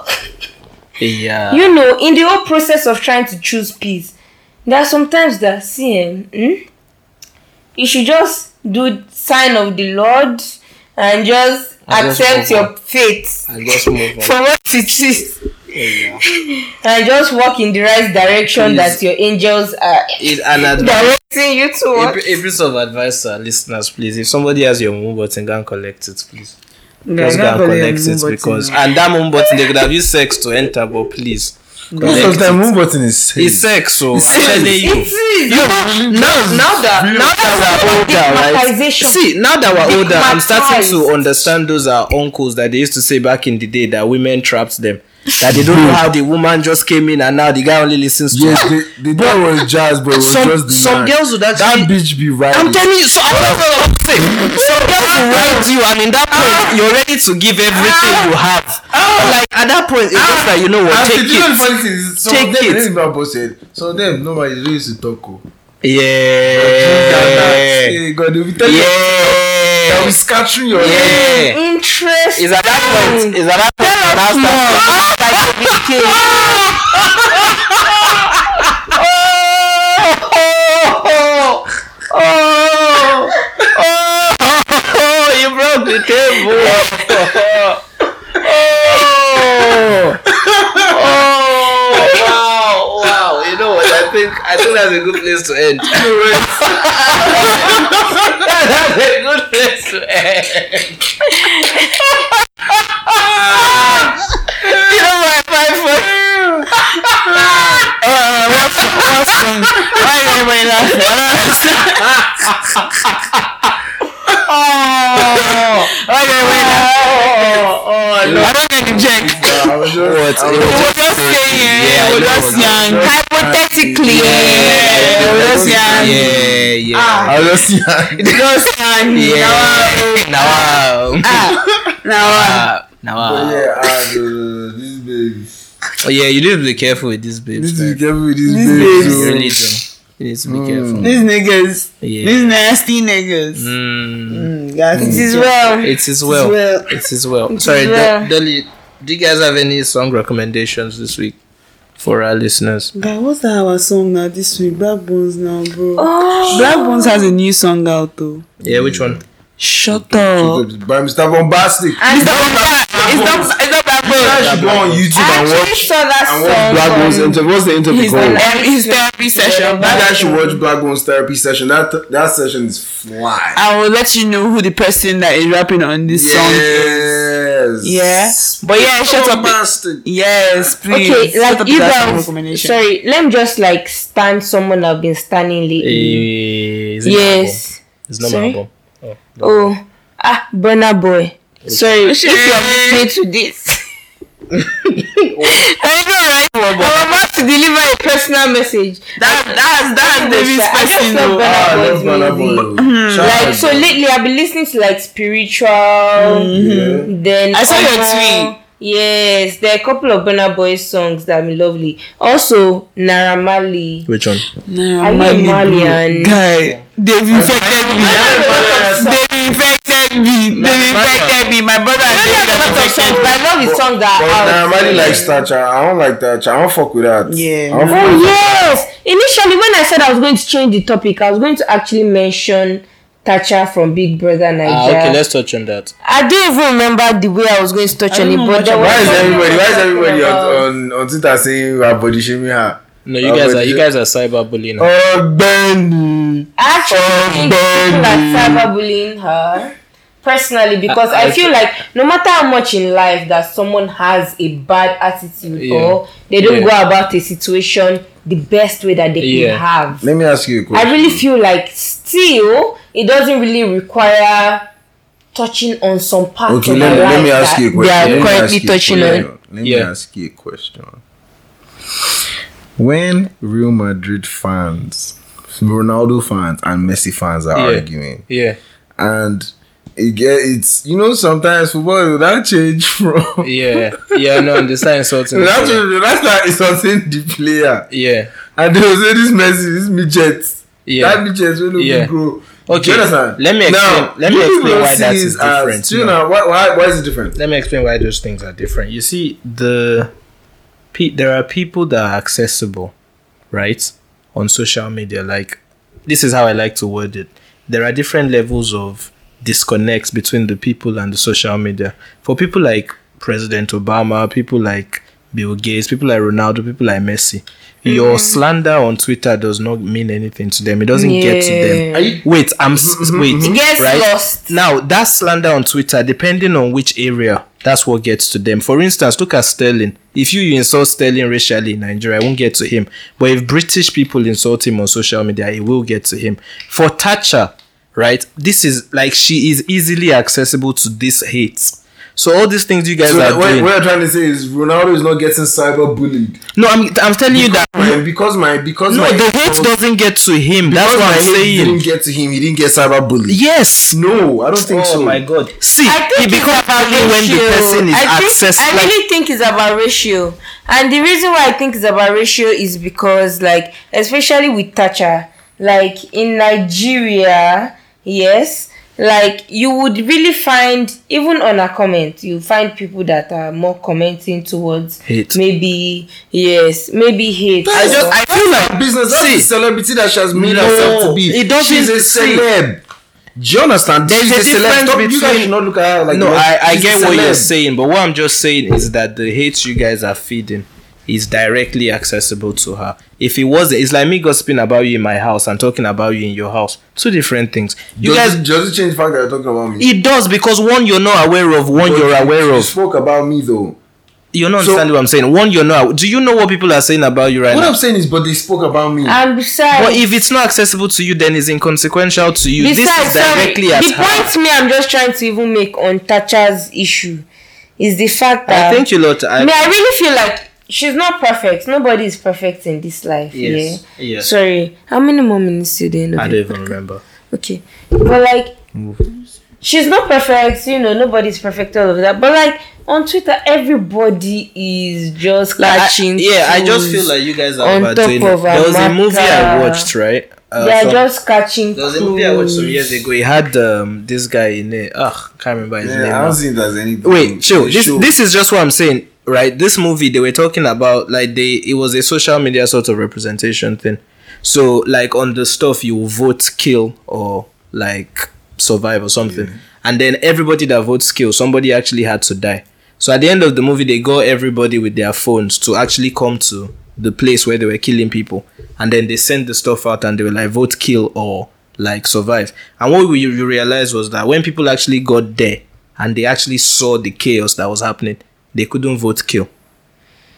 S1: Yeah.
S3: you know in the whole process of trying to choose peace there are sometimes that see eh, hmm, you should just do sign of the lord and just
S1: I just
S3: accept
S1: hope
S3: your fate
S1: I just move on.
S3: for what it is
S1: Yeah.
S3: and just walk in the right direction
S1: Please.
S3: that your angels are
S1: It, an advice.
S3: directing you
S1: A,
S3: towards
S1: br- a piece of advice to our listeners, please. If somebody has your moon button, go and collect it, please. Just go and collect it because and that moon button they could have used sex to enter, but please.
S4: Most of
S1: Collect
S4: the time,
S1: it.
S4: move button is safe.
S1: It's sex, so I'm telling you.
S3: is.
S1: You now now that now that we're older, right?
S3: Stigmatization.
S1: See, now that we're older, I'm starting to
S3: Stigmatized.
S1: understand those are uncles that they used to say back in the day that women trapped them. That they don't know how the woman just came in and now the guy only listens to her.
S4: Yes, the, the guy was jazz, but it was
S1: Some,
S4: just the
S1: some
S4: man.
S1: girls would actually
S4: That bitch be right.
S1: I'm telling you, so I don't know what I'm saying. So girls
S4: Ah.
S1: will ride you, and in that point, you're ready to give everything you
S4: Ah.
S1: have. Like at that point, it's just like you know what, take it.
S4: Some
S1: Take
S4: of them
S1: it.
S4: didn't even posted. Some of them nobody they used to talk. oh.
S1: É. Yeah,
S4: Hey, God, if you tell
S1: é.
S4: me that
S1: yeah,
S4: we scattering your
S1: yeah.
S3: interest
S1: Is at that point? Is at that point? when I start- I start to be king. Oh, oh, oh, you broke the table. Oh, oh, wow, wow. You know what? I think I think that's a good place to end. *laughs* that's a good place to end. you know my my phone. uh, what's what's wrong? Why is everybody laughing? I don't understand. oh, why is everybody laughing? Oh, no. I don't get the joke.
S4: I was just,
S1: What?
S4: I
S1: It
S4: was
S1: was just
S4: just,
S1: saying.
S2: yeah,
S1: Yeah,
S2: it
S1: I
S2: was
S1: know
S2: just
S1: what
S2: young.
S1: you're saying.
S3: hypothetically
S1: Yeah,
S2: it was just
S1: yeah,
S2: young.
S1: yeah, Oh, yeah.
S4: I was just,
S2: Just young.
S1: Yeah. Now,
S2: Now,
S1: uh, now,
S4: But
S1: uh,
S4: yeah, ah, no, no, no, this babes.
S1: oh, yeah, you need to be careful with this, babe.
S4: This
S1: You
S4: is careful with these
S2: These
S4: babes.
S2: babes.
S4: oh.
S1: really do. You need to be careful.
S2: these niggas, these
S1: Yeah.
S2: nasty niggas.
S1: Mm.
S2: Mm, guys,
S3: it is well
S1: It is well.
S2: well.
S1: It is well. Sorry,
S3: well.
S1: Do- Dolly. Do you guys have any song recommendations this week for our listeners?
S2: Guy, what's that our song now this week? Black Bones now, bro.
S3: Oh.
S2: Black Bones has a new song out though.
S1: Yeah, which one?
S2: Shut up.
S4: By Mr. Bombastic.
S2: It's not black. It's not. It's not Black
S4: You
S2: Bones.
S4: should go on YouTube
S2: Ah,
S3: I
S4: and
S3: actually
S4: watch
S3: saw that
S4: and
S3: song.
S4: watch Black Bones
S3: on-
S4: interview. What's the interview
S2: He's
S4: called?
S2: in
S4: You
S2: every- his therapy session. Black-
S4: guys should watch Black Bones therapy session. That that session is fly.
S2: I will let you know who the person that is rapping on this Ah, song é. is.
S4: Yes.
S2: Yeah. But yeah, shut up.
S4: Bombastic.
S2: Yes, please.
S3: Okay,
S2: Shut
S3: like
S2: up
S3: you
S2: with that song
S3: guys.
S2: recommendation.
S3: Sorry, let me just like stand someone I've been standing lately.
S1: Eh, is it my album?
S3: yes.
S1: It's not
S3: Sorry?
S1: my album. Oh, no.
S3: Oh, ah, Burner Boy. Sorry, if you're listening to *laughs* this. I know, right? I'm about to deliver a personal message.
S2: That, that's that's David's
S3: I just
S2: person. oh.
S3: love
S2: though.
S3: Burna Boy's music.
S4: Ah, I love Burna Boy. Shout out
S3: Like so
S4: to-
S3: lately, I've been listening to like spiritual. Mm.
S4: Yeah.
S3: Then
S2: I saw your
S3: other-
S2: tweet.
S3: Yes, there are a couple of Burna Boy songs that are lovely. Also, Naramali.
S1: Which one?
S2: Nah,
S3: Are
S2: Mali,
S3: you a
S2: bro.
S3: Malian?
S2: Guy, they've infected me. They've infected me. They've infected me. My brother and
S3: I
S2: sister
S3: have a lot of songs, but I love his songs that
S4: But
S3: are out.
S4: nah, I really like Star Child. I don't like that. Child. I don't fuck with that.
S2: Yeah.
S4: I don't fuck
S3: Oh
S4: with
S3: yes! Initially, when I said I was going to change the topic, I was going to actually mention Tacha from Big Brother Nigeria.
S1: Ah, okay, let's touch on that.
S3: I don't even remember the way I was going to touch on it,
S2: know
S3: but
S2: much
S3: there was
S4: Why is
S3: something
S4: everybody? Why
S3: I
S4: is
S3: was
S4: everybody
S3: talking about.
S4: on on, on Twitter saying we are body shaming her?
S1: No, you guys are you guys are cyberbullying.
S4: Oh, Ben.
S3: I actually
S4: Oh,
S3: think people are cyberbullying
S4: baby.
S3: her personally because
S1: I-
S3: I,
S1: I-
S3: feel like no matter how much in life that someone has a bad attitude
S1: Yeah.
S3: or they don't
S1: Yeah.
S3: go about a situation the best way that they
S1: Yeah.
S3: can have.
S4: Let me ask you a question.
S3: I really feel like still it doesn't really require touching on some part
S4: Okay,
S3: of
S4: let me,
S3: my
S4: let me
S3: life
S4: ask you a
S3: that
S4: question.
S3: They
S4: Let
S3: are
S4: me ask
S3: currently
S4: you a
S3: touching on.
S4: question. Let me
S1: Yeah.
S4: ask you a question. When Real Madrid fans, Ronaldo fans, and Messi fans are
S1: Yeah.
S4: arguing,
S1: Yeah,
S4: and it get it's you know sometimes football will not change
S1: *laughs*
S4: from
S1: yeah, yeah. No, I'm just not insulting.
S4: *laughs*
S1: the
S4: that's
S1: player.
S4: that's not insulting the player.
S1: Yeah,
S4: And they will say this Messi, this midget. That
S1: yeah.
S4: midget will
S1: Yeah.
S4: not grow.
S1: Okay,
S4: Do you understand?
S1: let me explain- let me
S4: you
S1: explain
S4: people
S1: why
S4: see
S1: that
S4: it
S1: is
S4: as-
S1: different,
S4: do You
S1: no.
S4: know, why, why, why is it different?
S1: Let me explain why those things are different. You see, the pe- there are people that are accessible, right, on social media. Like, this is how I like to word it. There are different levels of disconnects between the people and the social media. For people like President Obama, people like Bill Gates, people like Ronaldo, people like Messi, your slander on Twitter does not mean anything to them. It doesn't get to them.
S3: Yeah.
S1: Wait, I'm s-
S4: Mm-hmm,
S1: wait.
S3: It gets lost.
S1: Now, that slander on Twitter, depending on which area, that's what gets to them. For instance, look at Sterling. If you, you insult Sterling racially in Nigeria, it won't get to him. But if British people insult him on social media, it will get to him. For Thatcher, right? This is like she is easily accessible to this hate. So all these things you guys
S4: So
S1: are
S4: what,
S1: doing.
S4: what I'm trying to say is Ronaldo is not getting cyber bullied.
S1: no, I'm I'm telling you that.
S4: because my because
S1: No,
S4: my
S1: the hate
S4: because
S1: doesn't get to him. That's
S4: my
S1: what I'm
S4: hate
S1: saying.
S4: didn't get to him. He didn't get cyber bullied.
S1: Yes.
S4: No, I don't think so.
S1: Oh god. See,
S3: I
S1: it
S3: think it's
S1: becomes
S3: about
S1: ugly when the
S3: ratio.
S1: person is
S3: I think,
S1: access
S3: I
S1: like
S3: really think it's about ratio, and the reason why I think it's about ratio is because, like, especially with Thatcher, like in Nigeria, yes, like you would really find even on a comment, you find people that are more commenting towards
S1: Hate.
S3: maybe yes, maybe hate.
S1: I just I feel
S4: Her
S1: like
S4: business. That's
S1: See,
S4: the celebrity that she has made
S1: No,
S4: herself to be.
S1: it doesn't-
S4: She's a
S1: see.
S4: celeb. Do you understand?
S1: There's
S4: She's
S1: a
S4: celeb.
S1: difference
S4: Stop- you guys
S1: between-
S4: should not look at her like
S1: no,
S4: that.
S1: I, I
S4: She's
S1: get
S4: a
S1: what you're
S4: celeb.
S1: saying, but what I'm just saying is that the hate you guys are feeding is directly accessible to her. If it was, it's like me gossiping about you in my house and talking about you in your house. Two different things. You
S4: does,
S1: guys,
S4: it, does it change the fact that you're talking about me?
S1: it does because one you're not aware of, one you're aware
S4: You
S1: of.
S4: spoke about me though.
S1: You're not
S4: So-
S1: understanding what I'm saying. One you're not. Do you know what people are saying about you right
S4: What
S1: now?
S4: I'm saying is, but they spoke about me.
S3: And besides,
S1: But if it's not accessible to you, then it's inconsequential to you. this is
S3: Besides,
S1: directly
S3: sorry,
S1: at
S3: the
S1: her.
S3: point me I'm just trying to even make on Tacha's issue is the fact that
S1: I think you lot. I,
S3: Um, me, I really feel like she's not perfect. Nobody is perfect in this life.
S1: Yes,
S3: Yeah.
S1: yes.
S3: Sorry. How many more minutes to the end of
S1: I
S3: it?
S1: don't even remember.
S3: Okay. But like she's not perfect, you know, nobody's perfect all of that. But like on Twitter everybody is just
S1: I-
S3: catching
S1: yeah, I just
S3: fools.
S1: feel like you guys are
S3: on top
S1: overdoing it.
S3: of a
S1: There was a movie I
S3: marker.
S1: watched, right? uh,
S3: They're
S1: some-
S3: just catching
S1: there was a movie I watched some
S3: clues.
S1: years ago. He had um, this guy in it. Ugh, can't remember his name.
S4: Yeah, I
S1: now.
S4: don't think there's anything.
S1: Wait, chill.
S4: It's
S1: This,
S4: show.
S1: this is just what I'm saying, right? This movie they were talking about, like they it was a social media sort of representation thing. So like on the stuff you vote kill or like survive or something, and then everybody that votes kill, somebody actually had to die. So at the end of the movie, they got everybody with their phones to actually come to the place where they were killing people, and then they sent the stuff out and they were like vote kill or like survive. And what we you realized was that when people actually got there and they actually saw the chaos that was happening, they couldn't vote kill.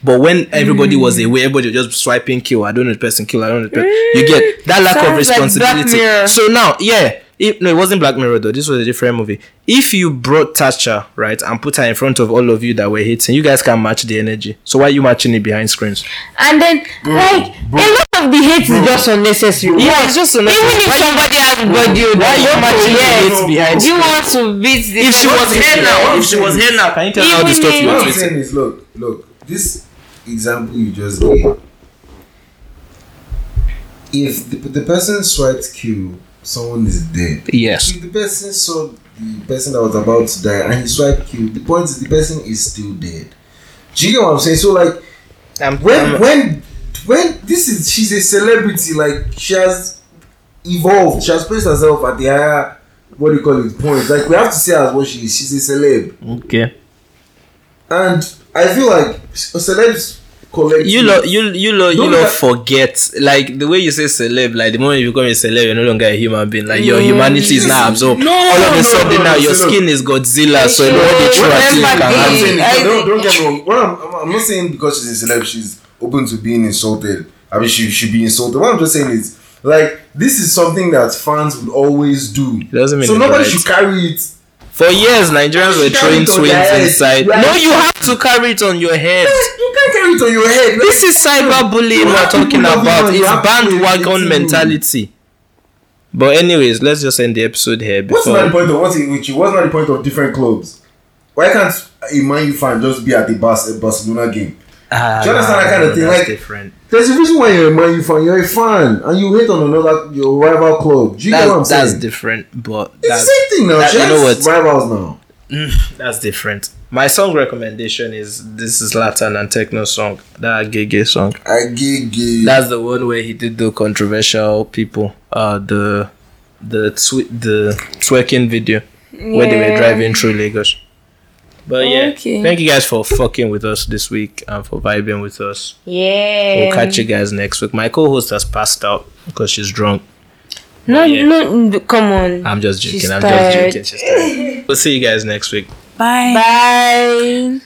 S1: But when everybody
S2: Mm.
S1: was away, everybody was just swiping kill. I don't know the person kill. I don't know the person. You get that lack of
S2: Mm. Sounds like Black
S1: responsibility.
S2: Mirror.
S1: so now, yeah, if, no, it wasn't Black Mirror though. This was a different movie. If you brought Thatcher right and put her in front of all of you that were hating, you guys can match the energy. So why are you matching it behind screens?
S3: And then, like, a lot of the hate is just unnecessary.
S1: Yeah, it's just
S3: Even if somebody has got you,
S1: why
S3: down,
S1: you matching
S3: yes,
S1: the hate behind?
S3: do you want to beat the
S1: If she was here now, if she was here now, can you tell her how the
S3: Even
S1: stuff
S3: if-
S1: you
S4: What
S1: are
S4: I'm
S1: tweeting?
S4: saying is, look, look, this example you just gave. If the, the person swiped Q, someone is dead.
S1: Yes.
S4: If the person saw the person that was about to die and he swiped Q, the point is the person is still dead. Do you get what I'm saying? So like
S1: I'm,
S4: when
S1: I'm-
S4: when when this is she's a celebrity, like she has evolved, she has placed herself at the higher what do you call it point. Like we have to say as what she is, she's a celeb.
S1: okay.
S4: And I feel like c- celebs collect.
S1: You lo- you you lo- you
S4: Don't
S1: lo-
S4: let-
S1: forget like the way you say celeb like the moment you become a celeb you're no longer a human being like your humanity is now absorbed
S4: Mm. No,
S1: all of a
S4: no,
S1: sudden
S4: no,
S1: now
S4: no,
S1: your
S4: no.
S1: skin is Godzilla so
S3: Hey,
S1: nobody true
S3: remember
S1: at you can
S3: this.
S4: I'm
S1: have
S4: saying
S1: it.
S4: is,
S3: I think-
S4: don't, don't get me wrong. What I'm, I'm, I'm not saying because she's a celeb, she's open to being insulted. I mean, she should be insulted. What I'm just saying is, like, this is something that fans would always do.
S1: doesn't mean
S4: so
S1: it's
S4: nobody
S1: right.
S4: should carry it.
S1: for years Nigerians were
S4: You carry
S1: throwing
S4: it on
S1: twins
S4: your head.
S1: inside
S4: Yeah.
S1: no you have to carry it on your head
S4: Eh, You can't carry it on your head.
S1: this is cyberbullying
S4: You
S1: we're
S4: have to
S1: talking
S4: love
S1: about
S4: you, you
S1: it's
S4: have to love
S1: bandwagon
S4: you.
S1: mentality but anyways let's just end the episode here
S4: What's not the
S1: before
S4: point of what's in which? What's not the point of different clubs? Why can't a Man U fan just be at the Bas- Barcelona game?
S1: Ah,
S4: Do you understand that kind of
S1: no,
S4: thing?
S1: that's
S4: Like-
S1: different
S4: There's a reason why you're a Man U fan. You're a fan, and you hate on another your rival club. Do you get what I'm
S1: that's, that's
S4: saying?
S1: different but
S4: it's
S1: that's
S4: the same thing now.
S1: that-
S4: She
S1: you
S4: has
S1: know what?
S4: Rivals now.
S1: That's different. My song recommendation is this is Latin and techno song. That Gege song.
S4: I get gay.
S1: That's the one where he did the controversial people. Uh, the the tw- the twerking video where they were driving through Lagos. But yeah,
S3: Okay.
S1: thank you guys for fucking with us this week and for vibing with us.
S3: Yeah.
S1: We'll catch you guys next week. My co-host has passed out because she's drunk.
S3: No,
S1: Yeah.
S3: no, come on.
S1: I'm just joking.
S3: She's
S1: I'm
S3: tired.
S1: just joking. She's tired. We'll see you guys next week.
S2: Bye.
S3: Bye.